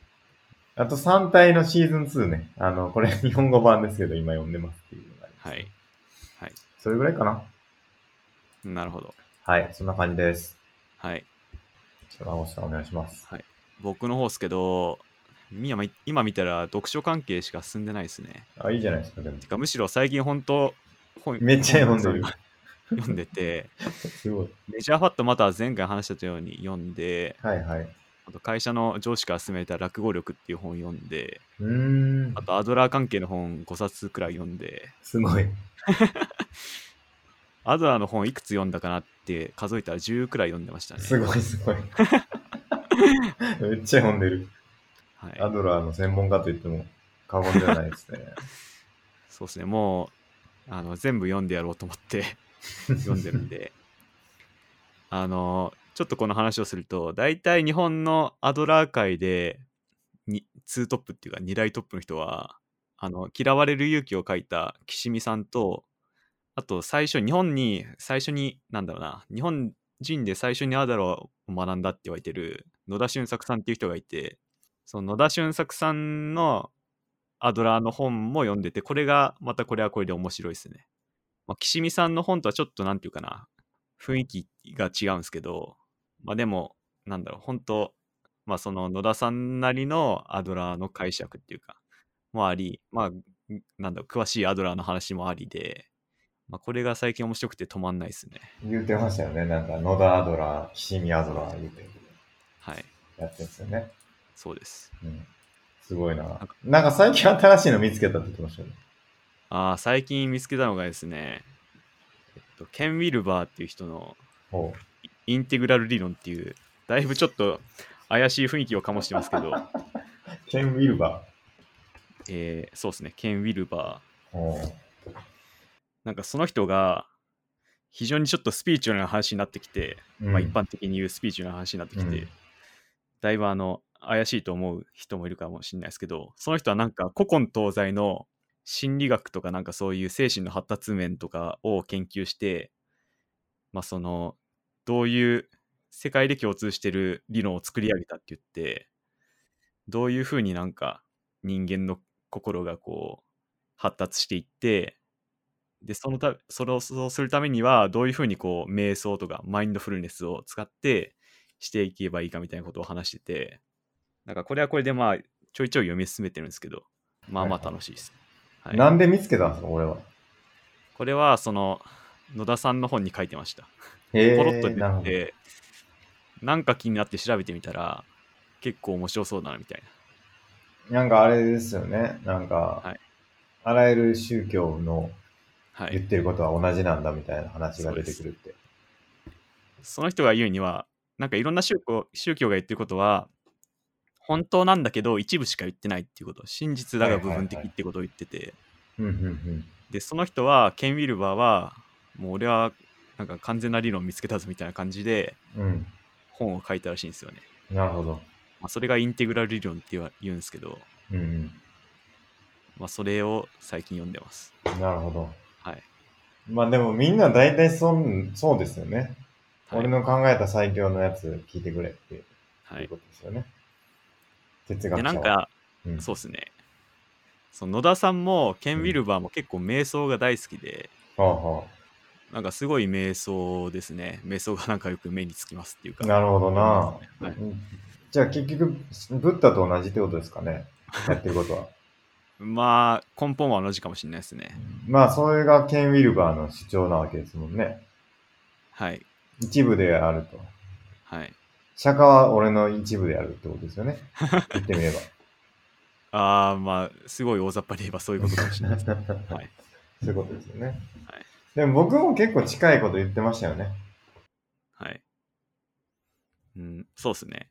A: あと3体のシーズン2ね。あの、これ日本語版ですけど、今読んでますっていうのがあります
B: はい。
A: それぐらいかな。
B: なるほど。
A: はい、そんな感じです。
B: はい。
A: ちょっと、青さんお願いします。
B: 僕の方ですけど、みやま今見たら読書関係しか進んでないですね。
A: あ、いいじゃないですか、でも
B: て。かむしろ最近本当本
A: めっちゃ読んでる。
B: 読んでて、
A: すごい。
B: メジャーファットまた前回話したように読んで、
A: はいはい。
B: あと会社の上司から勧めた落語力っていう本読んで、
A: うーん
B: あ、とアドラー関係の本5冊くらい読んで、
A: すごい。
B: アドラーの本いくつ読んだかなって数えたら10くらい読んでましたね。
A: すごいす ごい。めっちゃ読んでる。
B: はい、
A: アドラーの専門家と言っても過言ではないですね。
B: そうですね、もうあの全部読んでやろうと思って 読んでるんで、あの、ちょっとこの話をすると、大体日本のアドラー界でに2トップっていうか2大トップの人は、あの嫌われる勇気を書いた岸見さんと、あと最初、日本に最初に、なんだろうな、日本人で最初にアドラーを学んだって言われてる野田俊作さんっていう人がいて、その野田俊作さんのアドラーの本も読んでて、これがまたこれはこれで面白いですね。まあ、岸見さんの本とはちょっとなんていうかな、雰囲気が違うんですけど、まあでも、なんだろう、本当まあその野田さんなりのアドラーの解釈っていうか、もあり、まあ、なんだろう、詳しいアドラーの話もありで、まあこれが最近面白くて止まんないですね。
A: 言ってましたよね。なんか、野田アドラー、岸見アドラー言って
B: はい、
A: やってるんですよね。
B: そうです。
A: うん。すごいな
B: か。
A: なんか最近新しいの見つけたって言ってましたよね。
B: ああ、最近見つけたのがですね、えっと、ケン・ウィルバーっていう人の
A: ほう。
B: インテグラル理論っていう、だいぶちょっと怪しい雰囲気を醸してますけど、
A: ケン・ウィルバ
B: えーそうですね、ケン・ウィルバー。
A: ー。ほう。
B: なんかその人が、非常にちょっとスピーチュアルな話になってきて、
A: うん
B: まあ一般的に言うスピーチュアルな話になってきて、
A: うん
B: だいぶあの、怪しいと思う人もいるかもしれないですけど、その人はなんか古今東西の心理学とかなんかそういう精神の発達面とかを研究して、まあその、どういう世界で共通してる理論を作り上げたって言って、どういうふうになんか人間の心がこう発達していって、で、そのた、それをそうするためには、どういうふうにこう、瞑想とかマインドフルネスを使ってしていけばいいかみたいなことを話してて、なんかこれはこれでまあ、ちょいちょい読み進めてるんですけど、まあまあ楽しいです。はい
A: なんで見つけたんですか、俺は。
B: これは、その、野田さんの本に書いてました。
A: へ
B: ポロッと出
A: なるほど
B: て、なんか気になって調べてみたら、結構面白そうだなみたい
A: なんかあれですよね。なんか、
B: はい
A: あらゆる宗教の
B: な。はい
A: 言っ。てることは同じなんだみたいな話が出てくるって。
B: その人が言うには、なんかいろんな宗教宗教が言ってることは、本当なんだけど、一部しか言ってないっていうこと、真実だが部分的ってことを言ってて、
A: うんうんうん。
B: で、その人は、ケン・ウィルバーは、もう俺は、なんか完全な理論見つけたぞみたいな感じで、
A: うん。
B: 本を書いたらしいんですよね。
A: なるほど。
B: まあ、それがインテグラル理論っては言うんですけど、
A: うん、
B: まあ、それを最近読んでます。
A: うん。なるほど。
B: はい。
A: まあでもみんな大体そんそうですよね。
B: はい、
A: 俺の考えた最強のやつ聞いてくれっていう,、
B: はい
A: ことですよね。哲学
B: で、
A: 者
B: なん
A: は、
B: か、
A: うん、
B: そうですね。その野田さんも、ケン・ウィルバーも結構瞑想が大好きで、
A: はあは
B: なんかすごい瞑想ですね。瞑想がなんかよく目につきますっていう
A: あ、
B: か。
A: なるほどな、
B: はい
A: うんじゃあ結局、ブッダと同じってことですかね。やってることは。
B: まあ、根本は同じかもしれないですね。
A: まあ、それがケン・ウィルバーの主張なわけですもんね。
B: はい。
A: 一部であると。
B: はい。
A: 釈迦は俺の一部であるってことですよ ね。言ってみれば。
B: ああ、まあ、すごい大雑把に言えばそういうことかもしれないですね。はい。
A: そういうことですよね。
B: はい
A: でも僕も結構近いこと言ってましたよね。
B: はい。うん、そうですね。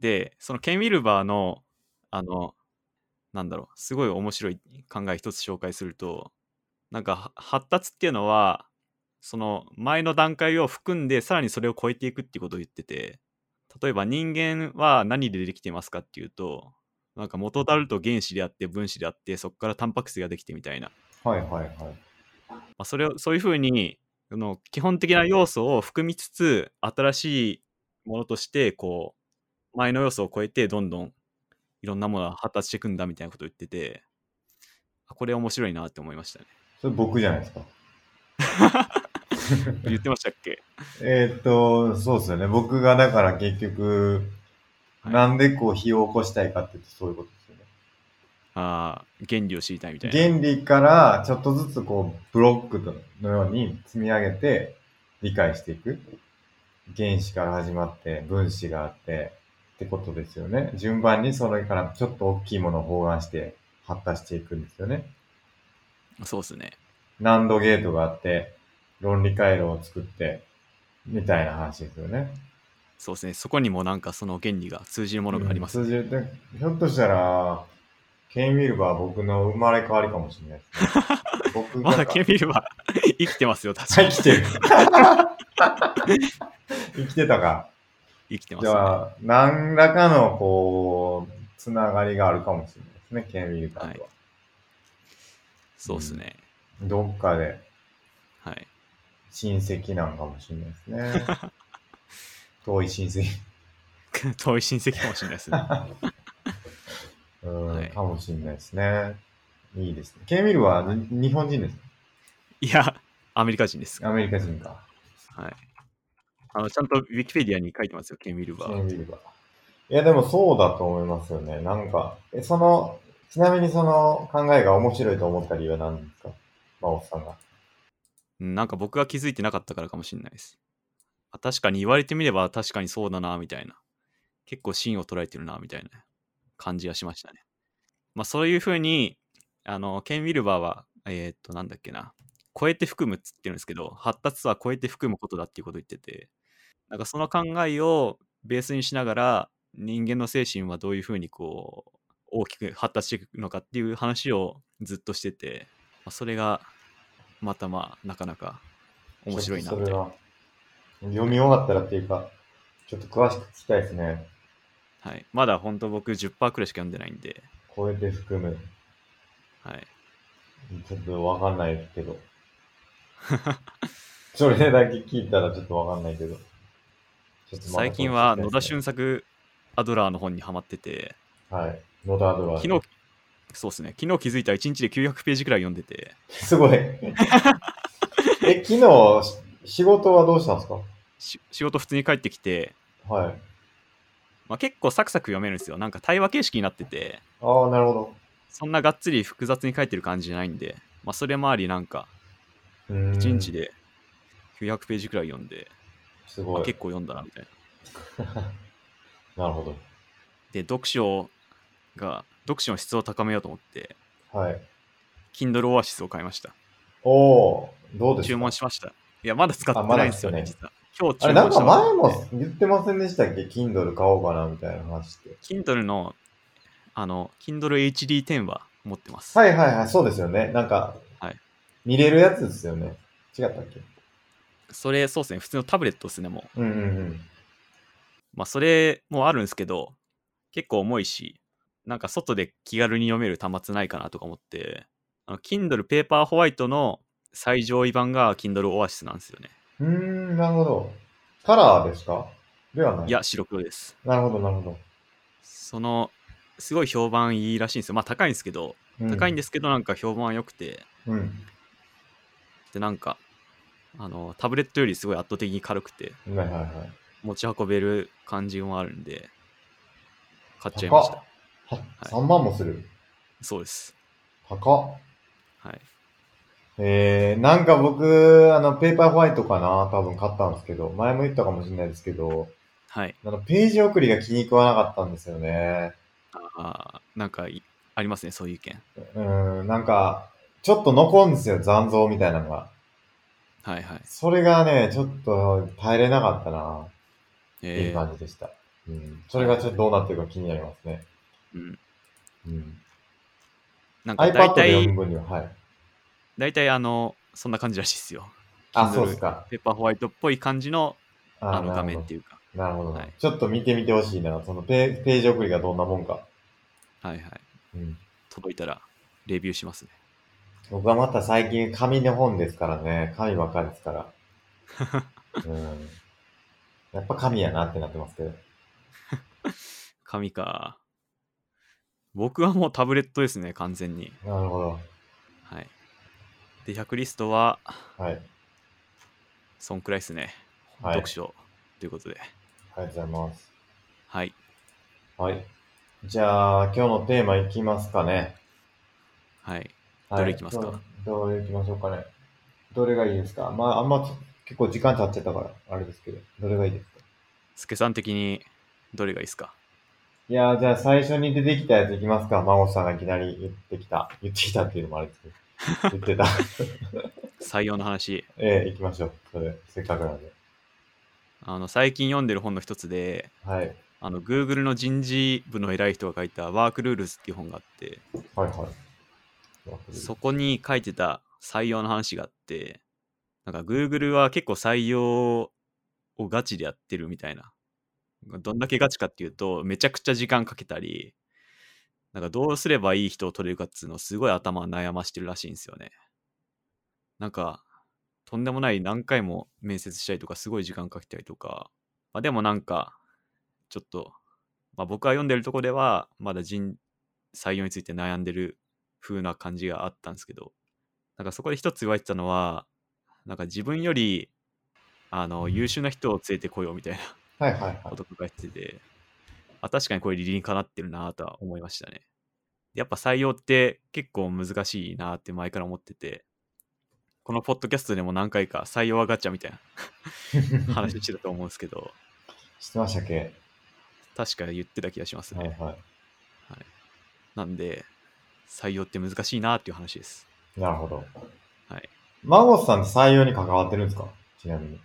B: で、そのケン・ウィルバーの、あの、なんだろう、すごい面白い考え一つ紹介すると、なんかは発達っていうのは、その前の段階を含んで、さらにそれを超えていくっていうことを言ってて、例えば人間は何でできてますかっていうと、なんか元たると原子であって分子であって、そこからタンパク質ができてみたいな。
A: はいはいはい。
B: まあ、それをそういうふうにあの基本的な要素を含みつつ新しいものとしてこう前の要素を超えてどんどんいろんなものが発達していくんだみたいなことを言っててあこれ面白いなって思いましたね
A: それ僕じゃないですか。
B: 言ってましたっけ
A: えーっと、そうですよね。僕がだから結局、
B: はい
A: なんでこう火を起こしたいかって言うとそういうことですよね。
B: ああ、原理を知りたいみたいな。
A: 原理からちょっとずつこうブロックのように積み上げて理解していく。原子から始まって分子があってってことですよね。順番にそれからちょっと大きいものを包含して発達していくんですよね。
B: そうですね。
A: 難度ゲートがあって論理回路を作ってみたいな話ですよね。
B: そうですね。そこにもなんかその原理が通じるものがあります。
A: うん通じるひょっとしたら、ケイン・ウィルバーは僕の生まれ変わりかもしれないで すね。僕が
B: まだケビルは生きてますよ、確か
A: 生
B: に。
A: きてる。 生きてたか。
B: 生きてま
A: じ
B: す、ね。は
A: ゃあ、何らかの、こう、つながりがあるかもしれないですね、ケンウィルカーとは。
B: そうですね。
A: どっかで
B: はい。
A: 親戚なんかもしれないですね。遠い親戚、
B: 遠い親戚かもしれないですね。
A: うん
B: はい
A: かもしれないですね。いいですね。ケンウィルバーはに日本人ですか
B: いや、アメリカ人です。
A: アメリカ人か。
B: はい。あの、ちゃんとウィキペディアに書いてますよ、ケン・ウィルバ
A: ケン
B: ー。
A: ウィルバー。いや、でもそうだと思いますよね。なんか、え、その、ちなみにその考えが面白いと思った理由は何ですか真央さんが。
B: うんなんか僕が気づいてなかったからかもしれないです。あ確かに言われてみれば確かにそうだな、みたいな。結構芯を捉えてるな、みたいな感じがしましたね。まあそういうふうに、あの、ケン・ウィルバーは、えーっと、なんだっけな、超えて含むっつってるんですけど、発達は超えて含むことだっていうことを言ってて、なんかその考えをベースにしながら、人間の精神はどういうふうにこう、大きく発達していくのかっていう話をずっとしてて、まあ、それがまたまあなかなか面白いな
A: ちょ
B: み
A: っと
B: た
A: そ
B: い
A: れ
B: な。
A: は、読み終わったらっていうか、ちょっと詳しく聞きたいですね。
B: はい、まだ本当僕10%くらいしか読んでないんで、
A: 超えて含む。
B: はい、
A: ちょっとわかんないけ ど。それだけ聞いたらちょっとわかんないけど。ちょっとまだ
B: 最近は野田
A: そう聞
B: 俊作アドラーの本にハマってて、
A: きたいですねはい。野田アドラー。
B: 昨日、そうですね、昨日気づいたら1日で900ページくらい読んでて、
A: すごい。 え、昨日、し仕事はどうしたんですか
B: し仕事普通に帰ってきて、
A: はい。
B: まあ、結構サクサク読めるんですよ。なんか対話形式になってて、
A: ああ、なるほど。
B: そんながっつり複雑に書いてる感じじゃないんで、まあ、それもありなんか1
A: 1
B: 日。で900ページくらい読んで、
A: す
B: まあ
A: ごい。
B: 結構読んだなみたいな。
A: なるほ
B: で、読書が、読書の質を高めようと思って、
A: ど。はい。
B: Kindle Oasis を買いました。
A: おおー、どうです
B: 注
A: か
B: 文しました。いや、まだ使って
A: あまだ
B: ないんですよね、
A: 使
B: 実は。今日
A: あ
B: 注
A: れ、なん
B: 文し
A: か
B: たばっか
A: 前
B: り
A: も言ってませんでしたっけ ?Kindle 買おうかなみたいな話って。
B: で Kindle の、あの、Kindle HD10 は持ってます。
A: はいはいはい、そうですよね。なんか、
B: はい
A: 見れるやつですよね。違ったっけ
B: それ、そうですね、普通のタブレットですね、もう。
A: うんうんうん。
B: まあ、それもあるんですけど、結構重いし、なんか外で気軽に読める端末ないかなとか思って、あの Kindle Paper White の最上位版が Kindle Oasis なんですよね。
A: うーん、なるほど。カラーですかではない。
B: いや、白黒です。
A: なるほど、なるほ
B: その、すごい評判いいらしいんですよ。まあ、高いんですけど、
A: ど。。
B: 高いんですすけど、なんか評判良くて、
A: うん。
B: でなんかあのタブレットよりすごい圧倒的に軽くて
A: はいはいはい。
B: 持ち運べる感じもあるんで買っちゃいました
A: 高っ。
B: い
A: 3万もする。
B: そうです
A: 高っ。
B: はい
A: えー、なんか僕、あの、ペーパーホワイトかな多分買ったんですけど、前も言ったかもしれないですけど、
B: はい
A: あの、ページ送りが気に食わなかったんですよね。
B: あーなんかいありますねそういう意見
A: うん、なんか、ちょっと残るんですよ、残像みたいなのが。
B: はいはい
A: それがね、ちょっと耐えれなかったな、ってい
B: え
A: う
B: ー
A: 感じでした。うん。それがちょっとどうなってるか気になりますね。
B: うん、
A: うん。
B: なんか
A: iPad
B: 大
A: で読む
B: 体
A: 分には、はい。
B: 大体あのそんな感じらしいですよ
A: あ、
B: Kindle
A: そうですか。
B: ペッパーホワイトっぽい感じの
A: あ
B: あの画面って
A: いう。
B: いうか
A: なるほど。
B: はい
A: ちょっと見てみてほしいな、そのペページ送りがどんなもんか。
B: はいはい
A: うん。
B: 届いたらレビューしますね
A: 僕はまた最近紙の本ですからね。紙ばっかりです から。うん。やっぱ紙やなってなってますけど。
B: 紙か僕はもうタブレットですね完全に
A: なるほど。
B: はいで、100リストは、
A: はい。はい
B: そんくらいですね。
A: はい
B: 読書ということで。
A: ありがとうございます。
B: はい。
A: はい。じゃあ、今日のテーマいきますかね。
B: はい。
A: はい
B: どれいきますか
A: どどれいきましょうかね。どれがいいですかまあ、あんまつ結構時間経っちゃったから、あれですけど、どれがいいですか
B: スケさん的にどれがいいですか
A: いやー、じゃあ最初に出てきたやついきますか真帆さんがいきなり言ってきた。言ってきたっていうのもあれですけど。言ってた。
B: 採用の話。
A: ええ行きましょう。それ、せっかくなんで。
B: あの、最近読んでる本の一つで、
A: はい。
B: あの、Google の人事部の偉い人が書いたワークルールズっていう本があって、
A: はいはい。
B: そこに書いてた採用の話があって、なんか Google は結構採用をガチでやってるみたいな。どんだけガチかっていうと、めちゃくちゃ時間かけたり、なんかどうすればいい人を取れるかっていうのをすごい頭悩ましてるらしいんですよね。なんか、とんでもない何回も面接したりとか、すごい時間かけたりとか、まあ、でもなんか、ちょっと、まあ、僕が読んでるとこでは、まだ人採用について悩んでる風な感じがあったんですけど、なんかそこで一つ言われてたのは、なんか自分よりあの優秀な人を連れてこようみたいな
A: は いはいはい
B: こと書かれてて、あ確かにこれ理にかなってるなとは思いましたね。やっぱ採用って結構難しいなって前から思ってて、このポッドキャストでも何回か採用はガチャみたい な 話してたと思うんですけど、
A: 知ってましたっけ
B: 確か言ってた気がしますね。
A: はいは
B: なんで、採用って難しいなっていう話です。
A: い。なるほど。
B: はい。
A: 孫さんって採用に関わってるんですかちなみに。
B: い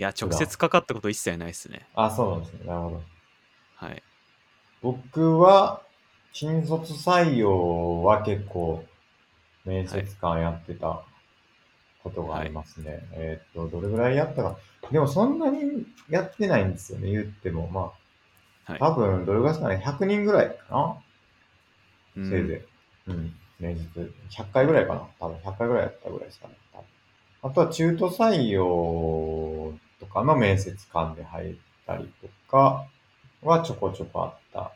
B: や、
A: う
B: 直
A: だ
B: 接かかったこと一切ないですね。
A: あ、そうなんですね。なるほど。
B: はい。
A: 僕は、新卒採用は結構、面接官やってたことがありますね。えーっと、どれぐらいやったか。でもそんなにやってないんですよね、言っても。ま
B: はい
A: あ、多分、どれぐらいですかね、100人ぐらいかな、
B: うん
A: せいぜい。うん。面接。100回ぐらいかな多分、100回ぐらいやったぐらいですかね。多分あとは中途採用とかの面接官で入ったりとかはちょこちょこあった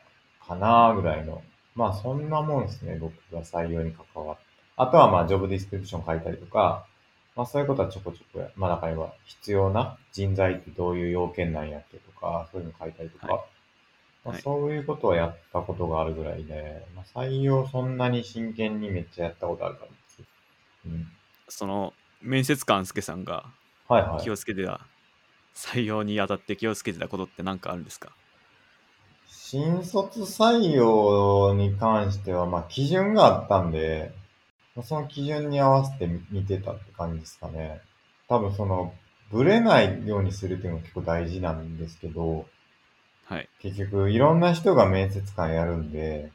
A: かなぐらいの。まあそんなもんですね、僕が採用に関わって。あとはまあジョブディスクリプション書いたりとか、まあそういうことはちょこちょこや、まあ中には必要な人材ってどういう要件なんやっけとか、そういうの書いたりとか、
B: はい
A: まあ
B: はい
A: そういうことはやったことがあるぐらいで、まあ採用そんなに真剣にめっちゃやったことあるからです。うん。
B: その面接官助さんが
A: はいはい。
B: 気をつけてた、採用にあたって気をつけてたことって何かあるんですか
A: 新卒採用に関しては、まあ、基準があったんで、まあその基準に合わせて見てたって感じですかね。多分その、ブレないようにするっていうのが結構大事なんですけど、
B: はい
A: 結局いろんな人が面接官やるんで、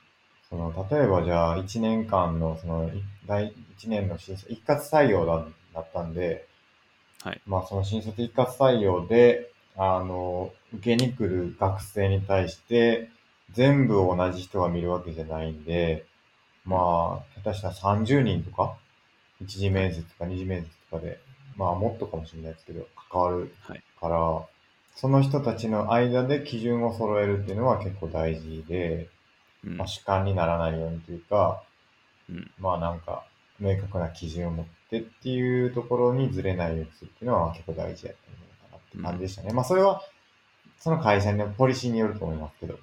A: その、例えばじゃあ1年間の、その、い第1年の新卒、一括採用だだったんで、
B: はい
A: まあその新卒一括採用で、あの、受けに来る学生に対して、全部同じ人が見るわけじゃないんで、まあ、下手したら30人とか、1次面接とか2次面接とかで、まあもっとかもしれないですけど、関わる
B: はい
A: から、その人たちの間で基準を揃えるっていうのは結構大事で、
B: うん
A: まあ、主観にならないようにというか、
B: うん
A: まあなんか、明確な基準を持ってっていうところにずれないようにするっていうのは結構大事だったんじゃないかなって感じでしたね。まあそれは、その会社のポリシーによると思いますけど。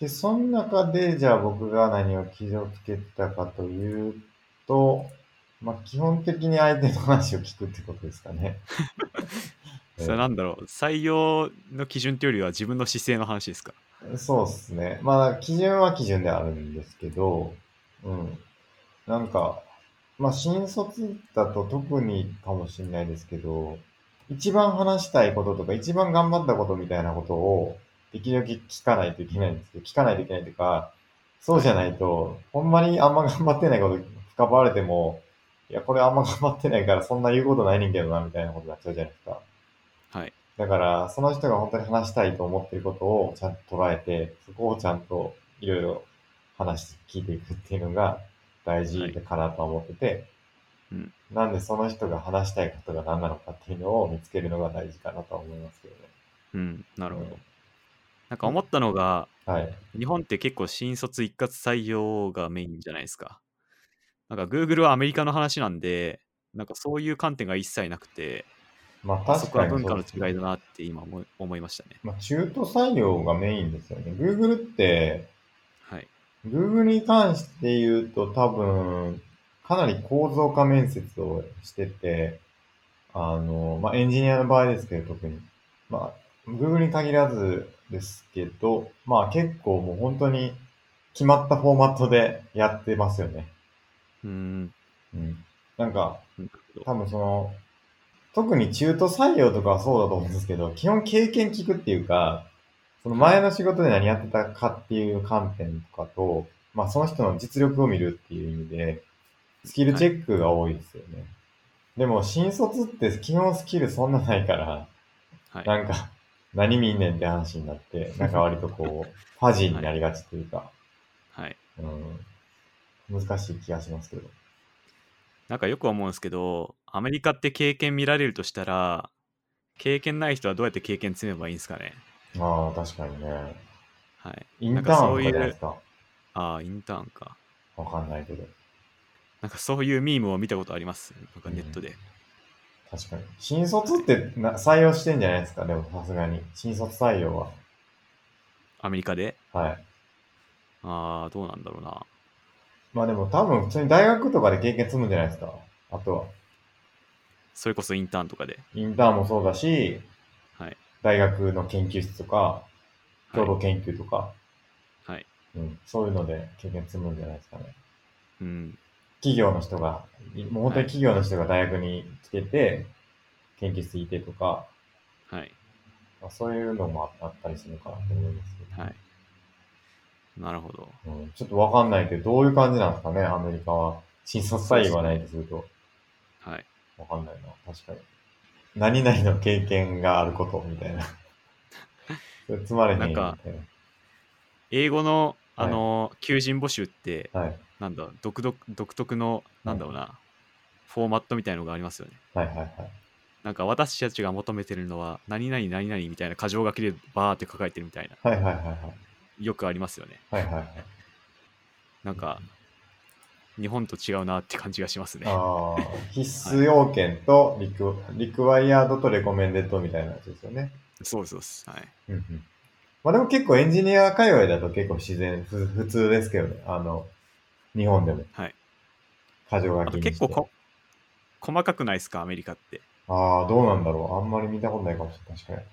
A: で、その中で、じゃあ僕が何を気をつけてたかというと、まあ基本的に相手の話を聞くってことですか ね。
B: それは何だろう採用の基準というよりは自分の姿勢の話ですか
A: そうですね。まあ、基準は基準であるんですけど、うん。なんか、まあ、新卒だと特にかもしれないですけど、一番話したいこととか、一番頑張ったことみたいなことを、できるだけ聞かないといけないんですけど、聞かないといけないというか、そうじゃないと、ほんまにあんま頑張ってないこと、深ばれても、いや、これあんま頑張ってないから、そんな言うことないねんけどな、みたいなことになっちゃうじゃないですか。
B: はい
A: だから、その人が本当に話したいと思っていることをちゃんと捉えて、そこをちゃんといろいろ話して聞いていくっていうのが大事かなとは思ってて、
B: うん
A: なんでその人が話したいことが何なのかっていうのを見つけるのが大事かなとは思いますけどね。
B: うんなるほど
A: うん
B: なんか思ったのが
A: はい。
B: 日本って結構新卒一括採用がメインじゃないですかなんか Google はアメリカの話なんで、なんかそういう観点が一切なくて、
A: まあ確
B: そこ
A: か
B: は
A: に
B: 文化
A: そう
B: の
A: ですね
B: 違いだなって今思い思いましたね。
A: まあ、中途採用がメインですよね。Google って、
B: はい。
A: Google に関して言うと多分、かなり構造化面接をしてて、あの、まあ、エンジニアの場合ですけど、特に。まあ、Google に限らずですけど、まあ結構もう本当に決まったフォーマットでやってますよね。
B: うーん。
A: うん。なんか、
B: なるほど
A: 多分その、特に中途採用とかはそうだと思うんですけど、基本経験聞くっていうか、その前の仕事で何やってたかっていう観点とかと、まあその人の実力を見るっていう意味で、スキルチェックが多いですよね。でも新卒って基本スキルそんなないから、
B: はい。
A: なんか何見んねんって話になって、なんか割とこう、 ファジーになりがちというか、
B: はい。
A: うん、難しい気がしますけど。
B: なんかよく思うんですけど、アメリカって経験見られるとしたら、経験ない人はどうやって経験積めばいいんですかね。
A: ああ、確かにね。
B: はい。
A: インターンとかじゃないですか。
B: ああ、インターンか。
A: わかんないけど。
B: なんかそういうミームを見たことあります。なんかネットで。
A: 確かに。新卒ってな採用してんじゃないですか、でもさすがに。新卒採用は。
B: アメリカで。
A: はい。
B: ああ、どうなんだろうな。
A: まあでも多分普通に大学とかで経験積むんじゃないですか。あとは。
B: それこそインターンとかで。
A: インターンもそうだし、
B: はい。
A: 大学の研究室とか、
B: は
A: 共
B: い
A: 同。研究とか、
B: はい、
A: うん、そういうので経験積むんじゃないですかね。
B: うん。
A: 企業の人が、いもう本当に企業の人が大学に来てて、研究室いてとか、
B: はい。
A: まあ、そういうのもああったりするのかなと思いますけど。
B: はい。なるほど。
A: うんちょっとわかんないけど、どういう感じなんですかね、アメリカは。新卒採用がないとすると。
B: はい。
A: わかんないな、確かに。何々の経験があること、みたいな。 それつまれへんよみたい
B: なん英語の、あの、求人募集って、
A: な。はい。
B: なんだ、独特独特の、なんだろうな、フォーマットみたいのがありますよね。
A: はいはいはい。
B: なんか私たちが求めてるのは、何々何々みたいな箇条書きでバーって書かれてるみたいな、
A: はいはいはいはい。
B: よくありますよね。
A: はいはいはい。
B: なんか、日本と違うなって感じがしますね。
A: ああ、必須要件とリク、リクワイヤードとレコメンデッドみたいなやつですよね。
B: そうです、そうです。はい。
A: うんうん。まあでも結構エンジニア界隈だと結構自然、ふ普通ですけどね。あの、日本でも。
B: はい。
A: 過剰書
B: あ
A: き
B: と
A: にして。
B: 結構こ、細かくないですか、アメリカって。
A: ああ、どうなんだろう。あんまり見たことないかもしれない。確か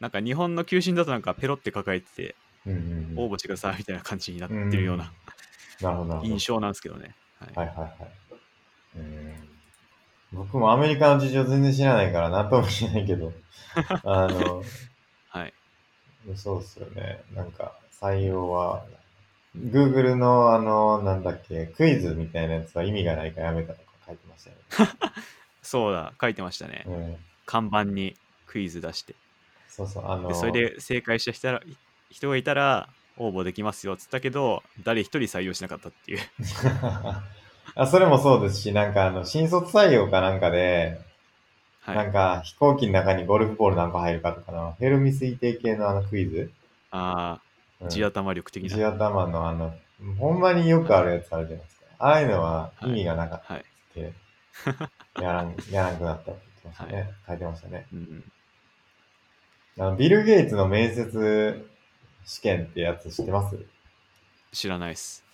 B: なんか日本の求人だとなんかペロって書かれてて、
A: に。うんうん、うん。
B: 応募してくださいみたいな感じになってるような
A: なるほど、なるほど。
B: 印象なんですけどね。は。
A: はいいはいはい。うん僕もアメリカの事情全然知らないから、なんとも言えないけ ど、あの、
B: はい。
A: そうっすよね。なんか、採用は、Google のあの、なんだっけ、クイズみたいなやつは意味がないからやめたとか書いてましたよ
B: そうだ、書いてました
A: ね。
B: ね。
A: うん。
B: 看板にクイズ出して。
A: そうそう、あの、
B: で、それで正解した人ら人がいたら応募できますよっつったけど、誰一人採用しなかったっていう。
A: あ、それもそうですし、なんかあの、新卒採用かなんかで、
B: は。
A: ないんか飛行機の中にゴルフボールなんか入るかとかの、ヘルミ推定系のあのクイズ。
B: あ
A: う
B: あ、
A: ん
B: 地頭力的
A: 地
B: な。
A: 頭のあの、ほんまによくあるやつあるじゃないですか。ああいうのは意味がなかっ
B: はい。
A: たって、 やらん、やらなくなったって言ってましたね。書いてましたね。
B: うん。
A: あの、ビル・ゲイツの面接試験ってやつ知ってます
B: 知らないっす。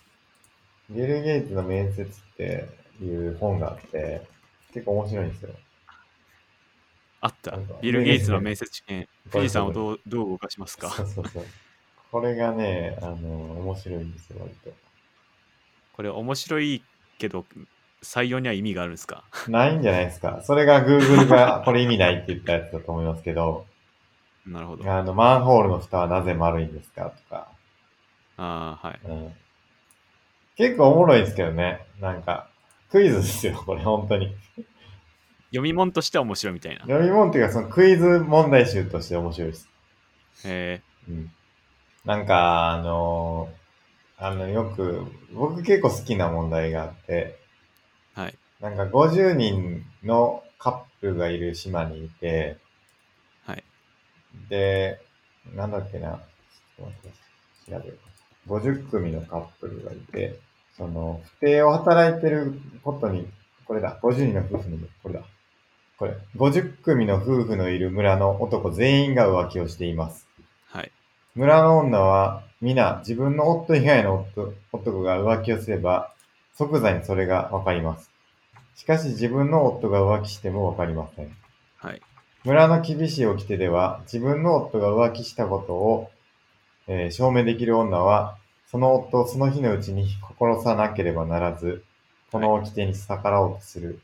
A: ビル・ゲイツの面接っていう本があって、結構面白いんですよ。
B: あった
A: なんか。
B: ビル・ゲイツの面接試験、富士山を
A: う
B: どうどう動かしますか
A: そうそうそう。これがね、あの、面白いんですよ、割
B: これ面白いけど、採用には意味があるんですか
A: と。ないんじゃないですか。それが Google がこれ意味ないって言ったやつだと思いますけど、
B: なるほど。あ
A: あの、マンホールの蓋はなぜ丸いんですかとか、
B: あー、はい。
A: うん。結構おもろいですけどね。なんか、クイズですよ、これ、本当に。
B: 読み物としては面白いみたいな。
A: 読み物っていうか、そのクイズ問題集として面白いです。
B: え
A: うん。なんか、あのーあの、よく、僕結構好きな問題があって、
B: ー、はい。
A: なんか50人のカップルがいる島にいて、
B: はい。
A: で、なんだっけな、ちょっと待ってください調べよう。50組のカップルがいて、その、不定を働いてることに、これだ、50人の夫婦の、これだ。これ、50組の夫婦のいる村の男全員が浮気をしています。
B: はい。
A: 村の女は皆自分の夫以外の夫男が浮気をすれば即座にそれがわかります。しかし自分の夫が浮気してもわかりません。
B: はい。
A: 村の厳しい掟では自分の夫が浮気したことを、えー証明できる女はその夫をその日のうちに殺さなければならずこの掟に逆らおうとする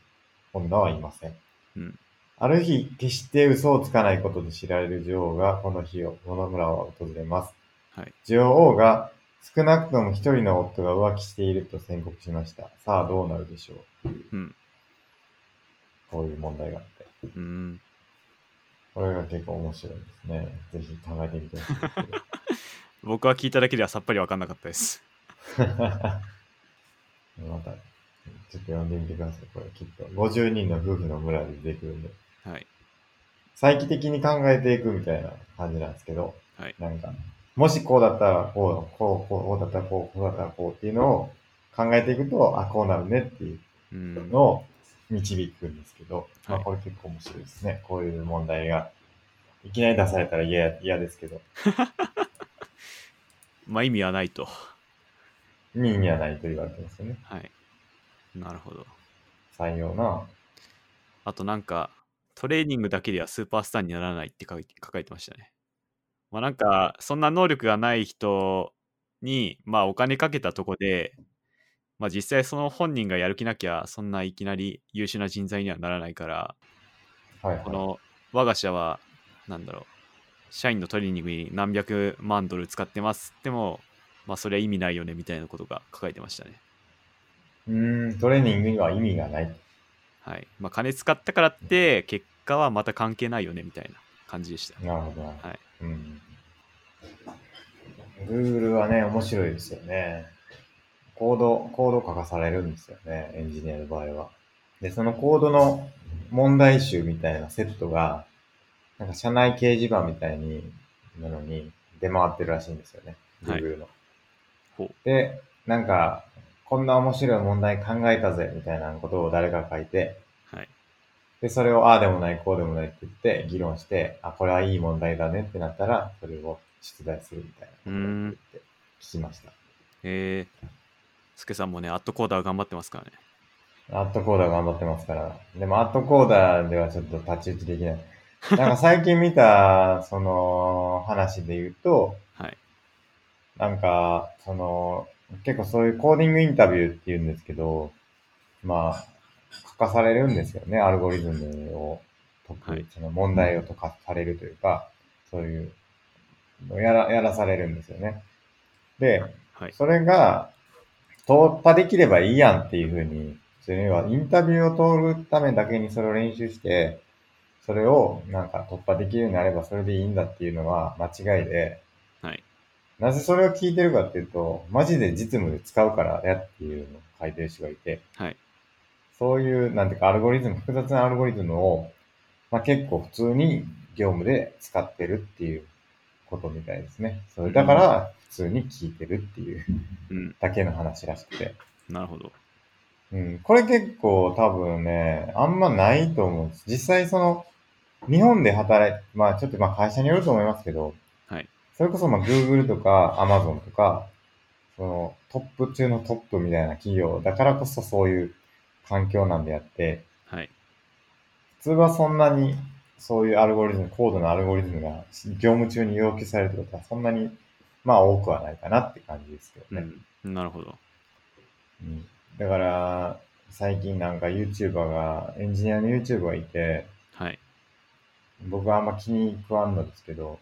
A: 女はいません、
B: うん
A: ある日決して嘘をつかないことで知られる女王がこの日をこの村を訪れます
B: はい。
A: 女王が少なくとも一人の夫が浮気していると宣告しましたさあどうなるでしょう
B: うん。
A: こういう問題があって
B: うーん。
A: これが結構面白いですねぜひ考えてみてほしいですけど
B: 僕は聞いただけではさっぱりわかんなかったです。
A: また、ちょっと読んでみてください。これきっと。50人の夫婦の村で出てくるんで。
B: はい。
A: 再帰的に考えていくみたいな感じなんですけど。
B: はい
A: なんか、もしこうだったらこう、こう、こう、こうだったらこう、こうだったらこうっていうのを考えていくと、あ、こうなるねっていう
B: ーん。
A: のを導くんですけど、まあ
B: はい
A: これ結構面白いですね。こういう問題が。いきなり出されたら嫌や嫌ですけど、
B: まあ意味はないと。
A: 意味はないと言われてますよね。
B: はい。なるほど。
A: 採用な。
B: あとなんか、トレーニングだけではスーパースターにならないって書い書かれてましたね。まあなんか、そんな能力がない人に、まあお金かけたとこで、まあ実際その本人がやる気なきゃ、そんないきなり優秀な人材にはならないから、
A: はい、はい。
B: この我が社は、なんだろう、社員のトレーニングに何百万ドル使ってますでも、まあそれは意味ないよねみたいなことが書かれてましたね。
A: うーん、トレーニングには意味がない。
B: はい。まあ金使ったからって、結果はまた関係ないよねみたいな感じでした。
A: なるほど。
B: はい。
A: うん。Google はね、面白いですよね。コード、コード書かされるんですよね。エンジニアの場合は。で、そのコードの問題集みたいなセットが、なんか社内掲示板みたいに、なのに出回ってるらしいんですよね。
B: はい
A: Google の。
B: ほう。
A: で、なんか、こんな面白い問題考えたぜ、みたいなことを誰か書いて、
B: はい。
A: で、それをああでもない、こうでもないって言って、議論して、あ、これはいい問題だねってなったら、それを出題するみたいな。
B: うーん。
A: 聞きました。
B: えー、スケさんもね、アットコーダー頑張ってますからね。
A: アットコーダー頑張ってますから。でも、アットコーダーではちょっと立ち打ちできない。なんか最近見た、その、話で言うと、
B: はい。
A: なんか、その、結構そういうコーディングインタビューっていうんですけど、まあ、書かされるんですよね、アルゴリズムを解く、
B: はい
A: その問題を解かされるというか、そういう、やら、やらされるんですよね。で、
B: はい。
A: それが、突破できればいいやんっていうふうに、それはインタビューを通るためだけにそれを練習して、それをなんか突破できるようになればそれでいいんだっていうのは間違いで、
B: はい。
A: なぜそれを聞いてるかっていうと、マジで実務で使うからやっていうのを書いてる人がいて、
B: はい。
A: そういう、なんていうか、アルゴリズム、複雑なアルゴリズムを、まあ結構普通に業務で使ってるっていうことみたいですね。それだから、普通に聞いてるっていう
B: うん。
A: だけの話らしくて。
B: なるほど。
A: うん、これ結構多分ね、あんまないと思うんです。実際その、日本で働いて、まあちょっとまあ会社によると思いますけど、
B: はい
A: それこそまあ Google とか Amazon とか、そのトップ中のトップみたいな企業だからこそそういう環境なんであって、
B: はい。
A: 普通はそんなにそういうアルゴリズム、高度なアルゴリズムが業務中に要求されるってことはそんなにまあ多くはないかなって感じですけどね。
B: うん。なるほど。
A: うんだから、最近なんか YouTuber が、エンジニアの YouTuber がいて、
B: はい。
A: 僕はあんま気に食わんのですけど、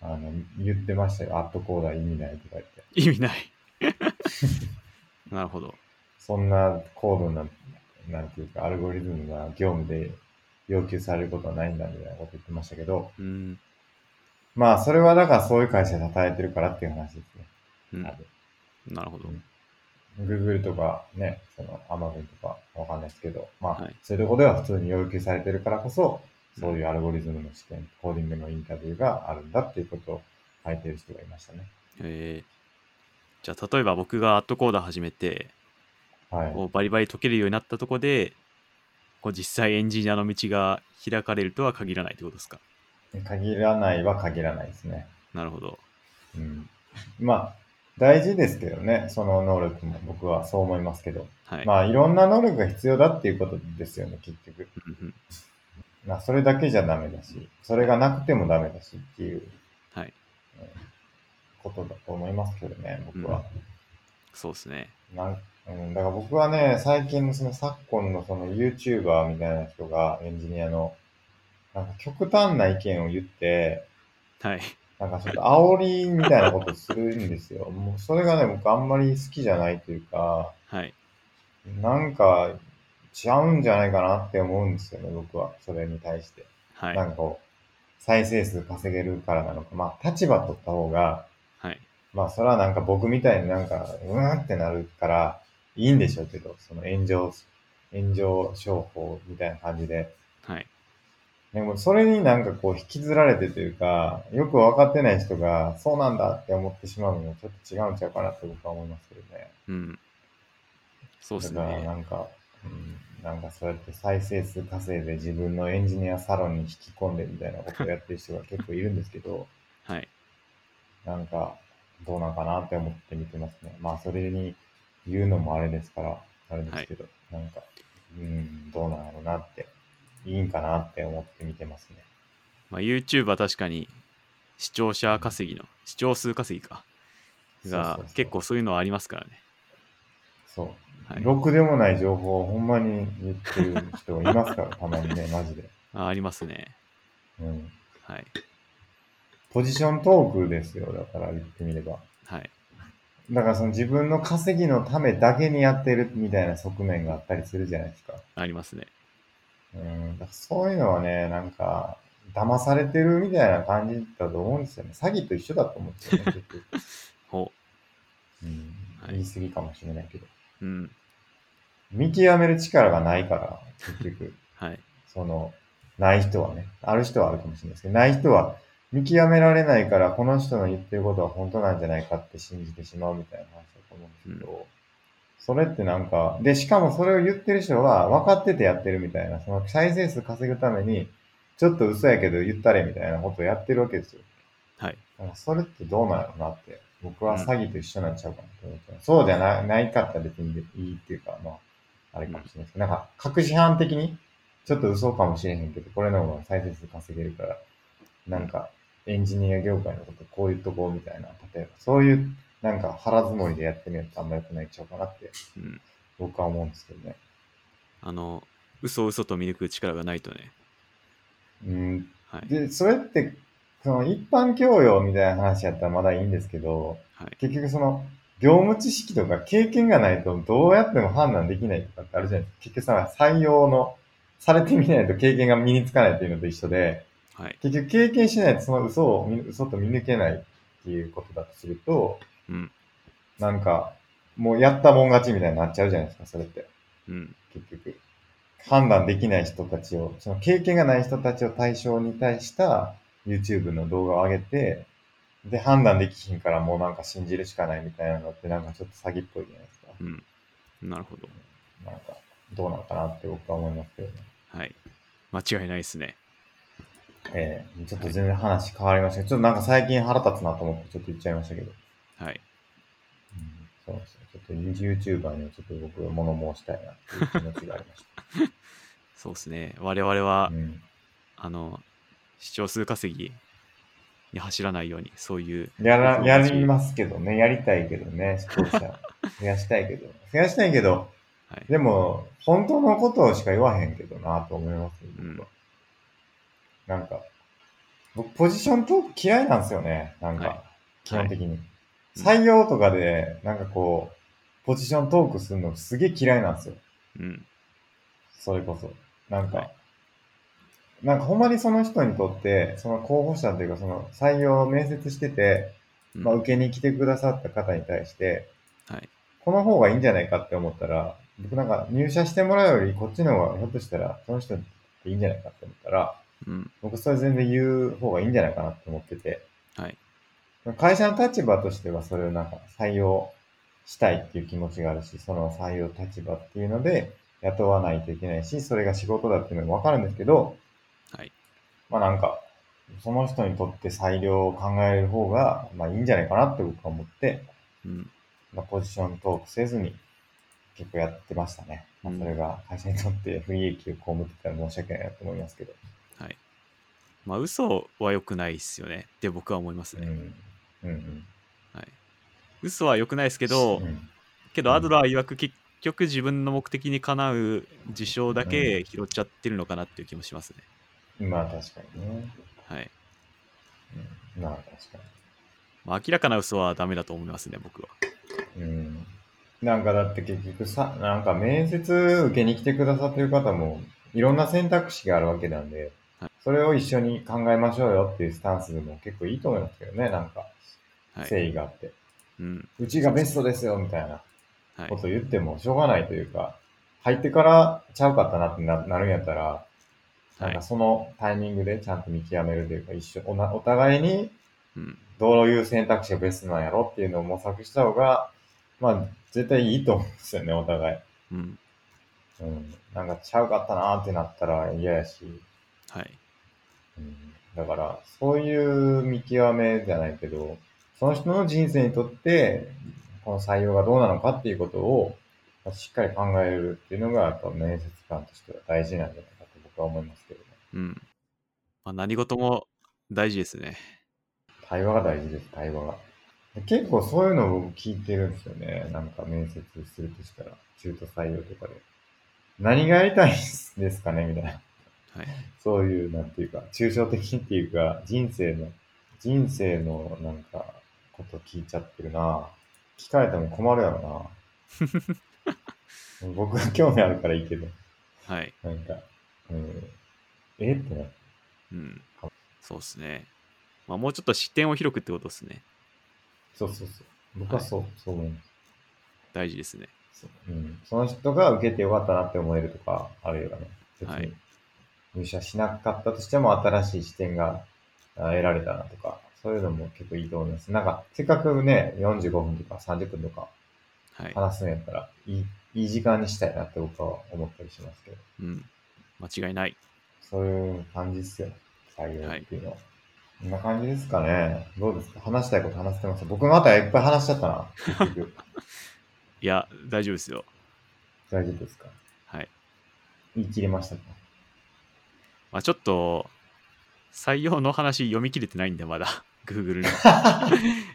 A: あの、言ってましたよ。アットコーダー意味ないとか言って。
B: 意味ない。 なるほど。
A: そんな高度な、なんていうか、アルゴリズムが業務で要求されることはないんだみたいなこと言ってましたけど、
B: うん。
A: まあ、それはだからそういう会社で働いてるからっていう話ですね。
B: うん、
A: 多
B: なるほど。
A: 分 Google とかね、その Amazon とかわかんないですけど、まあ、
B: はい
A: そういうとこでは普通に要求されてるからこそ、そういうアルゴリズムの試験、コーディングのインタビューがあるんだっていうことを書いてる人がいましたね。
B: えー、じゃあ、例えば僕がアットコーダー始めて、
A: はい。
B: こうバリバリ解けるようになったとこでこう実際エンジニアの道が開かれるとは限らないってことですか
A: 限らないは限らないですね。
B: なるほど
A: うん。まあ、大事ですけどね、その能力も僕はそう思いますけど。
B: はい、
A: まあ、いろんな能力が必要だっていうことですよね、結局。
B: うんうん
A: まあ、それだけじゃダメだし、それがなくてもダメだしっていう
B: はい
A: ことだと思いますけどね、僕は。
B: そうですね
A: なんうん、だから僕はね、最近のその昨今のその YouTuber みたいな人がエンジニアの、なんか極端な意見を言って、
B: はい
A: なんかちょっと煽りみたいなことをするんですよ。もうそれがね、僕あんまり好きじゃないというか、
B: はい
A: なんか違うんじゃないかなって思うんですよね、僕は。それに対して。
B: はい
A: なんかこう、再生数稼げるからなのか。まあ、立場取った方が、
B: はい
A: まあ、それはなんか僕みたいになんか、うーんってなるから、いいんでしょうけど、その炎上、炎上商法みたいな感じで。
B: はい
A: でも、それになんかこう、引きずられてというか、よく分かってない人が、そうなんだって思ってしまうのもちょっと違うんちゃうかなって僕は思いますけどね。
B: うんそうです
A: だから
B: ね
A: なんか、うん、なんかそうやって再生数稼いで自分のエンジニアサロンに引き込んでみたいなことをやってる人が結構いるんですけど、
B: はい
A: なんかどうなんかなって思って見てますね。まあそれに言うのもあれですから、あれですけど、なんか、うん、どうなんやろうなって、いいんかなって思って見てますね。
B: まあ、YouTube は確かに視聴者稼ぎの、視聴数稼ぎか。
A: そう
B: が
A: そうそう
B: 結構そういうのはありますからね。
A: そう。
B: はい、
A: ろくでもない情報をほんまに言ってる人がいます から、たまにね、マジで。
B: あありますね。
A: うん。
B: はい。
A: ポジショントークですよ、だから言ってみれば。
B: はい。
A: だからその自分の稼ぎのためだけにやってるみたいな側面があったりするじゃないですか。
B: ありますね。
A: うん、だからそういうのはね、なんか、騙されてるみたいな感じだと思うんですよね。詐欺と一緒だと思うん ですよね、結局。
B: ほ
A: うん
B: はい
A: 言い過ぎかもしれないけど。
B: う。うん。
A: 見極める力がないから、結局、
B: はい。
A: その、ない人はね、ある人はあるかもしれないですけど、ない人は見極められないから、この人の言ってることは本当なんじゃないかって信じてしまうみたいな話だと思うんですけど、それってなんか、で、しかもそれを言ってる人は分かっててやってるみたいな、その再生数稼ぐために、ちょっと嘘やけど言ったれみたいなことをやってるわけですよ。
B: はい。
A: なんかそれってどうなのなって、僕は詐欺と一緒になっちゃうかなと思って、そうじゃなないかったら別にいいっていうか、まあ、あれかもしれないですけど、なんか、確視犯的に、ちょっと嘘かもしれへんけど、これの方が再生数稼げるから、なんか、エンジニア業界のことこう言っとこうみたいな、例えば、そういう、なんか腹積もりでやってみるとあんま良くないんちゃうかなって、
B: うん。
A: 僕は思うんですけどね。
B: あの、嘘を嘘と見抜く力がないとね。
A: うん。
B: はい。
A: で、それって、その一般教養みたいな話やったらまだいいんですけど、
B: はい。
A: 結局その、業務知識とか経験がないとどうやっても判断できないとかってあるじゃないですか。結局さ、採用の、されてみないと経験が身につかないっていうのと一緒で、
B: はい。
A: 結局経験しないとその嘘を見、嘘と見抜けないっていうことだとすると、
B: うん。
A: なんか、もうやったもん勝ちみたいになっちゃうじゃないですか、それって。
B: うん。
A: 結局。判断できない人たちを、その経験がない人たちを対象に対した YouTube の動画を上げて、で、判断できひんからもうなんか信じるしかないみたいなのってなんかちょっと詐欺っぽいじゃないですか。
B: うん。なるほど。
A: なんか、どうなのかなって僕は思いますけどね。
B: はい。間違いないですね。
A: ええちょっと全然話変わりましたけど、ちょっとなんか最近腹立つなと思ってちょっと言っちゃいましたけど。
B: はい。
A: うん、そうですね。ちょっと YouTuber にはちょっと僕は物申したいなっていう気持ちがありまし
B: そうですね。我々
A: た。
B: は
A: う、ん。
B: あの、視聴数稼ぎに走らないように、そういう、
A: やら、やりますけどね、やりたいけどね、視聴 者。増やしたいけど。増やしたいけど、
B: はい。
A: でも、本当のことしか言わへんけどなと思いますよ、僕は。なんか、僕、ポジショントーク嫌いなんですよね、なんか、
B: はい
A: 基本的に。
B: い
A: 採用とかで、なんかこう、ポジショントークするのすげえ嫌いなんですよ。
B: うん。
A: それこそ。なんか、
B: はい
A: なんかほんまにその人にとって、その候補者というか、その採用を面接してて、
B: うん
A: まあ、受けに来てくださった方に対して、
B: はい。
A: この方がいいんじゃないかって思ったら、僕なんか入社してもらうより、こっちの方がひょっとしたら、その人っていいんじゃないかって思ったら、
B: うん。
A: 僕それ全然言う方がいいんじゃないかなって思ってて、
B: はい。
A: 会社の立場としてはそれをなんか採用したいっていう気持ちがあるし、その採用立場っていうので雇わないといけないし、それが仕事だっていうのがわかるんですけど、
B: はい。
A: まあなんか、その人にとって裁量を考える方が、まあいいんじゃないかなって僕は思って、
B: うん。
A: まあ、ポジショントークせずに結構やってましたね。まあ、
B: うん
A: それが会社にとって不利益を被ってたら申し訳ないなと思いますけど。
B: はい。まあ、嘘は良くないっすよねって僕は思います
A: うん。
B: ね。
A: うんうん。
B: はい。嘘は良くないですけど、
A: うん
B: けどアドラー曰く結局自分の目的にかなう事象だけ拾っちゃってるのかなっていう気もしますね。
A: まあ確かにね。
B: はい。
A: うんまあ確か
B: まあ、明らかな嘘はダメだと思いますね、僕は。
A: に。うん。なんかだって結局さ、なんか面接受けに来てくださってる方もいろんな選択肢があるわけなんで、
B: はい
A: それを一緒に考えましょうよっていうスタンスでも結構いいと思いますけどね、なんか
B: はい。
A: 誠意があって。
B: うん。
A: うちがベストですよみたいな。
B: はい
A: こ。と言ってもしょうがないというか、入ってからちゃうかったなってななるんやったら、な
B: は
A: ん
B: い
A: か。そのタイミングでちゃんと見極めるというか、一緒、おなお互いに
B: うん。
A: どういう選択肢がベストなんやろっていうのを模索した方が、まあ、絶対いいと思うんですよね、お互い。
B: うん。
A: うん。なんかちゃうかったなってなったら嫌やし、
B: はい。
A: うん。だから、そういう見極めじゃないけど、その人の人生にとって、この採用がどうなのかっていうことを、まあしっかり考えるっていうのが、やっぱ面接官としては大事なんじゃないかと僕は思いますけどね。
B: うん。まあ、何事も大事ですね。
A: 対話が大事です、対話が。結構そういうのを僕聞いてるんですよね。なんか面接するとしたら、中途採用とかで。何がやりたいですかねみたいな。
B: はい。
A: そういう、なんていうか、抽象的っていうか、人生の、人生のなんか、こと聞いちゃってるな聞かれても困るやろ な僕が興味あるからいいけど、
B: はい。
A: なんか、うん、えってな。
B: うん。そうですね。まあ、もうちょっと視点を広くってことですね。
A: そうそうそう。僕はそう、そう思いま
B: 大事ですね。
A: す、うん。その人が受けてよかったなって思えるとか、あるいはね、別
B: はい
A: に入社しなかったとしても新しい視点があ得られたなとか、そういうのも結構いいと思います。なんか、せっかくね、45分とか30分とか、
B: はい。
A: 話すんやったら、いい、いい時間にしたいなって僕は思ったりしますけど、
B: うん。間違いない。
A: そういう感じっすよ。採用っていうのは。こんな感じですかね。どうですか話したいこと話してます僕またいっぱい話しちゃったな。結局
B: いや、大丈夫ですよ。
A: 大丈夫ですか
B: はい。
A: 言い切れましたか
B: まあ、ちょっと、採用の話読み切れてないんで、まだ、Google の。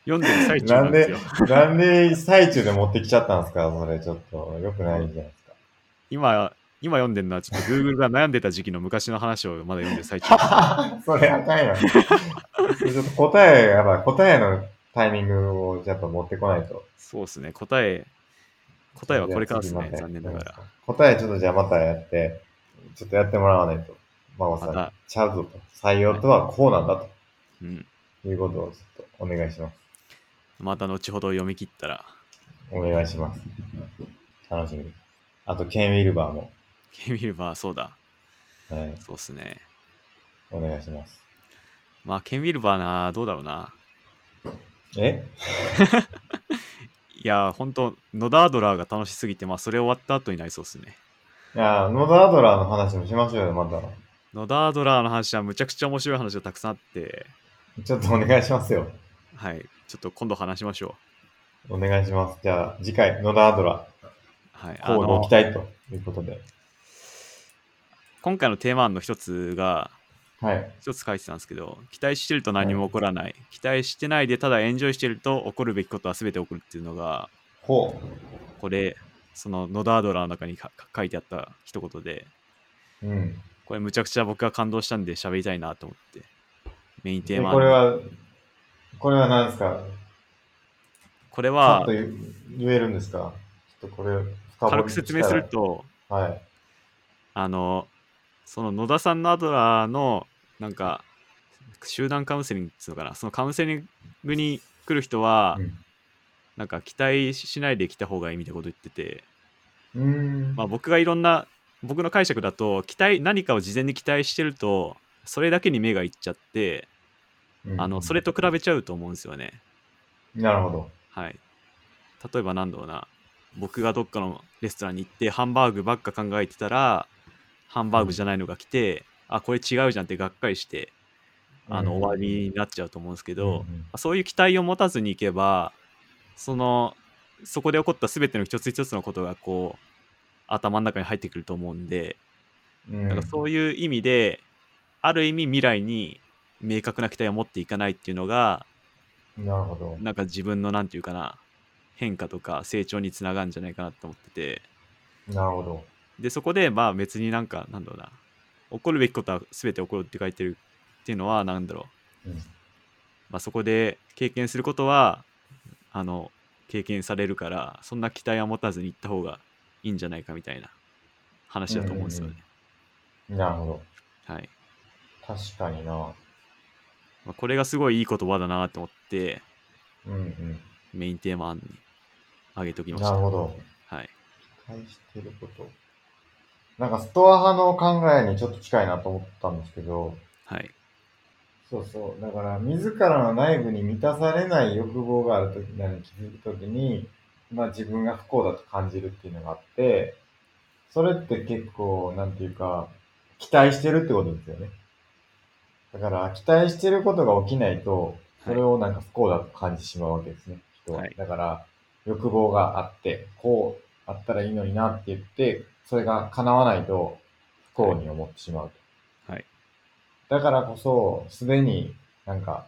B: 読んでる最中なんですよ。
A: なんで最中で持ってきちゃったんですかそれちょっと良くないんじゃないですか。
B: 今、今読んでるのは、ちょっと Google が悩んでた時期の昔の話をまだ読んでる最中。
A: それあかんやん。それちょっと答え、やばい。答えのタイミングをちょっと持ってこないと。
B: そうですね。答え、答えはこれからです
A: じゃあ
B: ね。
A: 次また
B: 残念ながら。
A: 答えちょっとじゃあまたやって、ちょっとやってもらわないと。孫さん
B: また
A: に、ちゃうぞと。採用とはこうなんだ
B: うん。
A: ということをちょっとお願いします。
B: また後ほど読み切ったら、
A: お願いします。楽しみに。あと、ケン・ウィルバーも、
B: ケンウィルバー、そうだ。
A: はい、
B: そうですね。
A: お願いします。
B: まあ、ケンウィルバーな、どうだろうな。
A: え
B: いや、本当ノダードラーが楽しすぎて、まあ、それ終わった後になりそうですね。
A: いやー、ノダアドラーの話もしましょうよ、また。
B: ノダードラーの話はむちゃくちゃ面白い話がたくさんあって、
A: ちょっとお願いしますよ。
B: はい、ちょっと今度話しましょ
A: お願いします。じゃあ、次回、ノダアドラ
B: う。はい、
A: ー、
B: あ
A: こうご
B: の
A: 期待ということで。
B: 今回のテーマ案の一つが、
A: はい。
B: 一つ書いてたんですけど、期待してると何も起こらない、期待してないでただエンジョイしてると起こるべきことは全て起こるっていうのが、
A: ほ
B: これ、そのノダードラーの中にかか書いてあった一言で、
A: う。うん。
B: これむちゃくちゃ僕が感動したんで喋りたいなと思って、メインテ
A: で、
B: ーマ案
A: これは、これは何ですか
B: これ
A: ちょっ
B: は
A: と言言えるんですかちょっとこれ、深掘り
B: 軽く説明すると、
A: したら。はい。
B: あの、その野田さんのアドラーの、なんか、集団カウンセリングっていうのかな、そのカウンセリングに来る人は、
A: うん
B: なんか期待しないで来た方がいいみたいなこと言ってて、
A: うーん。
B: まあ、僕がいろんな、僕の解釈だと、期待、何かを事前に期待してると、それだけに目がいっちゃって、
A: うん
B: あの、それ。と比べちゃうと思うんですよね。
A: なるほど。
B: はい。例えばなんだろうな僕がどっかのレストランに行ってハンバーグばっか考えてたらハンバーグじゃないのが来て、あこれ違うじゃんってがっかりしてあの、
A: うん
B: 終わりになっちゃうと思うんですけど、
A: うんうん
B: まあそういう期待を持たずにいけばそのそこで起こった全ての一つ一つのことがこう頭の中に入ってくると思うんで、
A: うん
B: なんかそういう意味である意味未来に明確な期待を持っていかないっていうのが
A: なるほど。
B: なんか自分のなんていうかな変化とか成長につながるんじゃないかなと思ってて
A: なるほど。
B: でそこでまあ別になんかなんだろうな起こるべきことは全て起こるって書いてるっていうのはなんだろう
A: うん
B: まあ、そこで経験することはあの経験されるからそんな期待は持たずに行った方がいいんじゃないかみたいな話だと思うんですよね。
A: なるほど。
B: はい
A: 確かにな。
B: まあ、これがすごいいい言葉だなと思って
A: うんうん。
B: メインテーマ案に上げときまし
A: な
B: た。
A: るほど。
B: はい、
A: 期待してること。なんかストア派の考えにちょっと近いなと思ったんですけど、
B: はい、
A: そうそう。だから、自らの内部に満たされない欲望があるときなのに気づくときに、まあ自分が不幸だと感じるっていうのがあって、それって結構、なんていうか、期待してるってことですよね。だから、期待してることが起きないと、それをなんか不幸だと感じてしまうわけですね、人は
B: はい。
A: だから、欲望があって、こうあったらいいのになって言って、それが叶わないと不幸に思ってしまう。
B: はい、
A: だからこそ、すでになんか、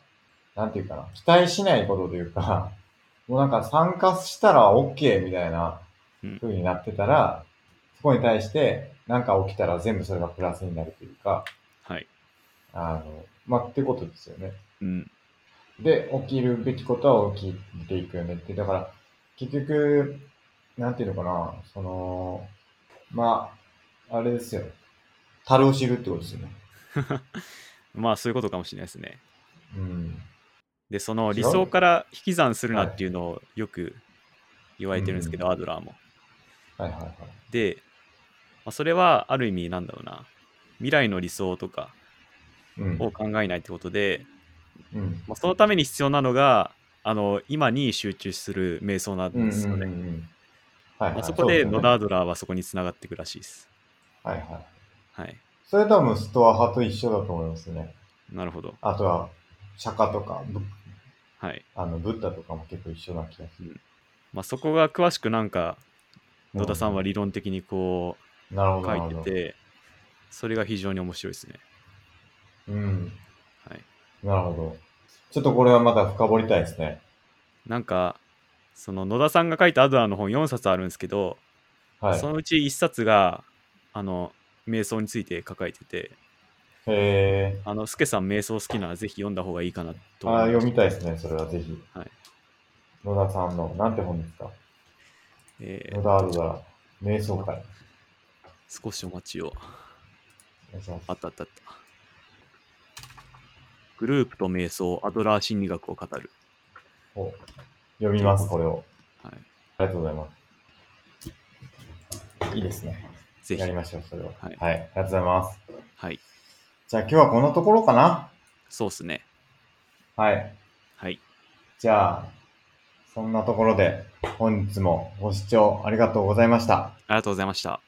A: なんていうかな、期待しないことというか、 もうなんか参加したら OK みたいな
B: うん
A: 風になってたら、そこに対してなんか起きたら全部それがプラスになるというか、
B: はい、
A: あの、まあ、ってことですよね。
B: うん、
A: で、起きるべきことは起きていくよねって。だから、結局、なんていうのかな、その、まあ、あれですよ。樽を知るってことですよね。
B: まあそういうことかもしれないですね。
A: うん。
B: でその
A: 違う
B: 理想から引き算するなっていうのをよく言われてるんですけど、アドラーも。
A: はいはいはい。
B: で、まあ、それはある意味なんだろうな未来の理想とか
A: うん。
B: を考えないってことで、
A: うん。
B: まあ、そのために必要なのがあの今に集中する瞑想なん
A: うん
B: ですよね。
A: うんうんうんはい、は
B: ま
A: い。
B: あ、そこ
A: うす
B: で
A: よね
B: ノダードラーはそこにつながっていくらしいです。
A: はいはい。
B: はい。
A: それ多分ストア派と一緒だと思いますね。
B: なるほど。
A: あとは、釈迦とか、ぶ
B: はい。
A: あの、ブッダとかも結構一緒な気がする。
B: まあ、そこが詳しくなんか野田さんは
A: う
B: 理論的にこ
A: ん、なるほ
B: う
A: どなる
B: 書
A: ほ
B: い
A: ど。
B: てて、それが非常に面白いですね。
A: うん。
B: はい。
A: なるほど。ちょっとこれはまた深掘りたいですね。
B: なんかその野田さんが書いたアドラーの本4冊あるんですけど、
A: はい。
B: そのうち1冊があの瞑想について書かれてて、
A: へ
B: あの、スケさん瞑想好きならぜひ読んだ方がいいかな
A: ー。
B: と
A: ああ、
B: 思いま
A: 読
B: す。
A: みたいですね、それはぜひ。
B: はい
A: 野田さんの、なんて本ですか
B: えー
A: 野田アルダラ、瞑想会。
B: 少しお待ちを。
A: お願いします
B: あったあったあった。グループと瞑想、アドラー心理学を語る。
A: お読みます、これを。
B: はい、
A: ありがとうございます。いいですね。
B: ぜひ
A: やり。ましょう、それを。
B: はい
A: はい、ありがとうございます。
B: はい。
A: じゃあ今日はこんなところかな
B: そうっすね。
A: はい。
B: はい。
A: じゃあ、そんなところで本日もご視聴ありがとうございました。
B: ありがとうございました。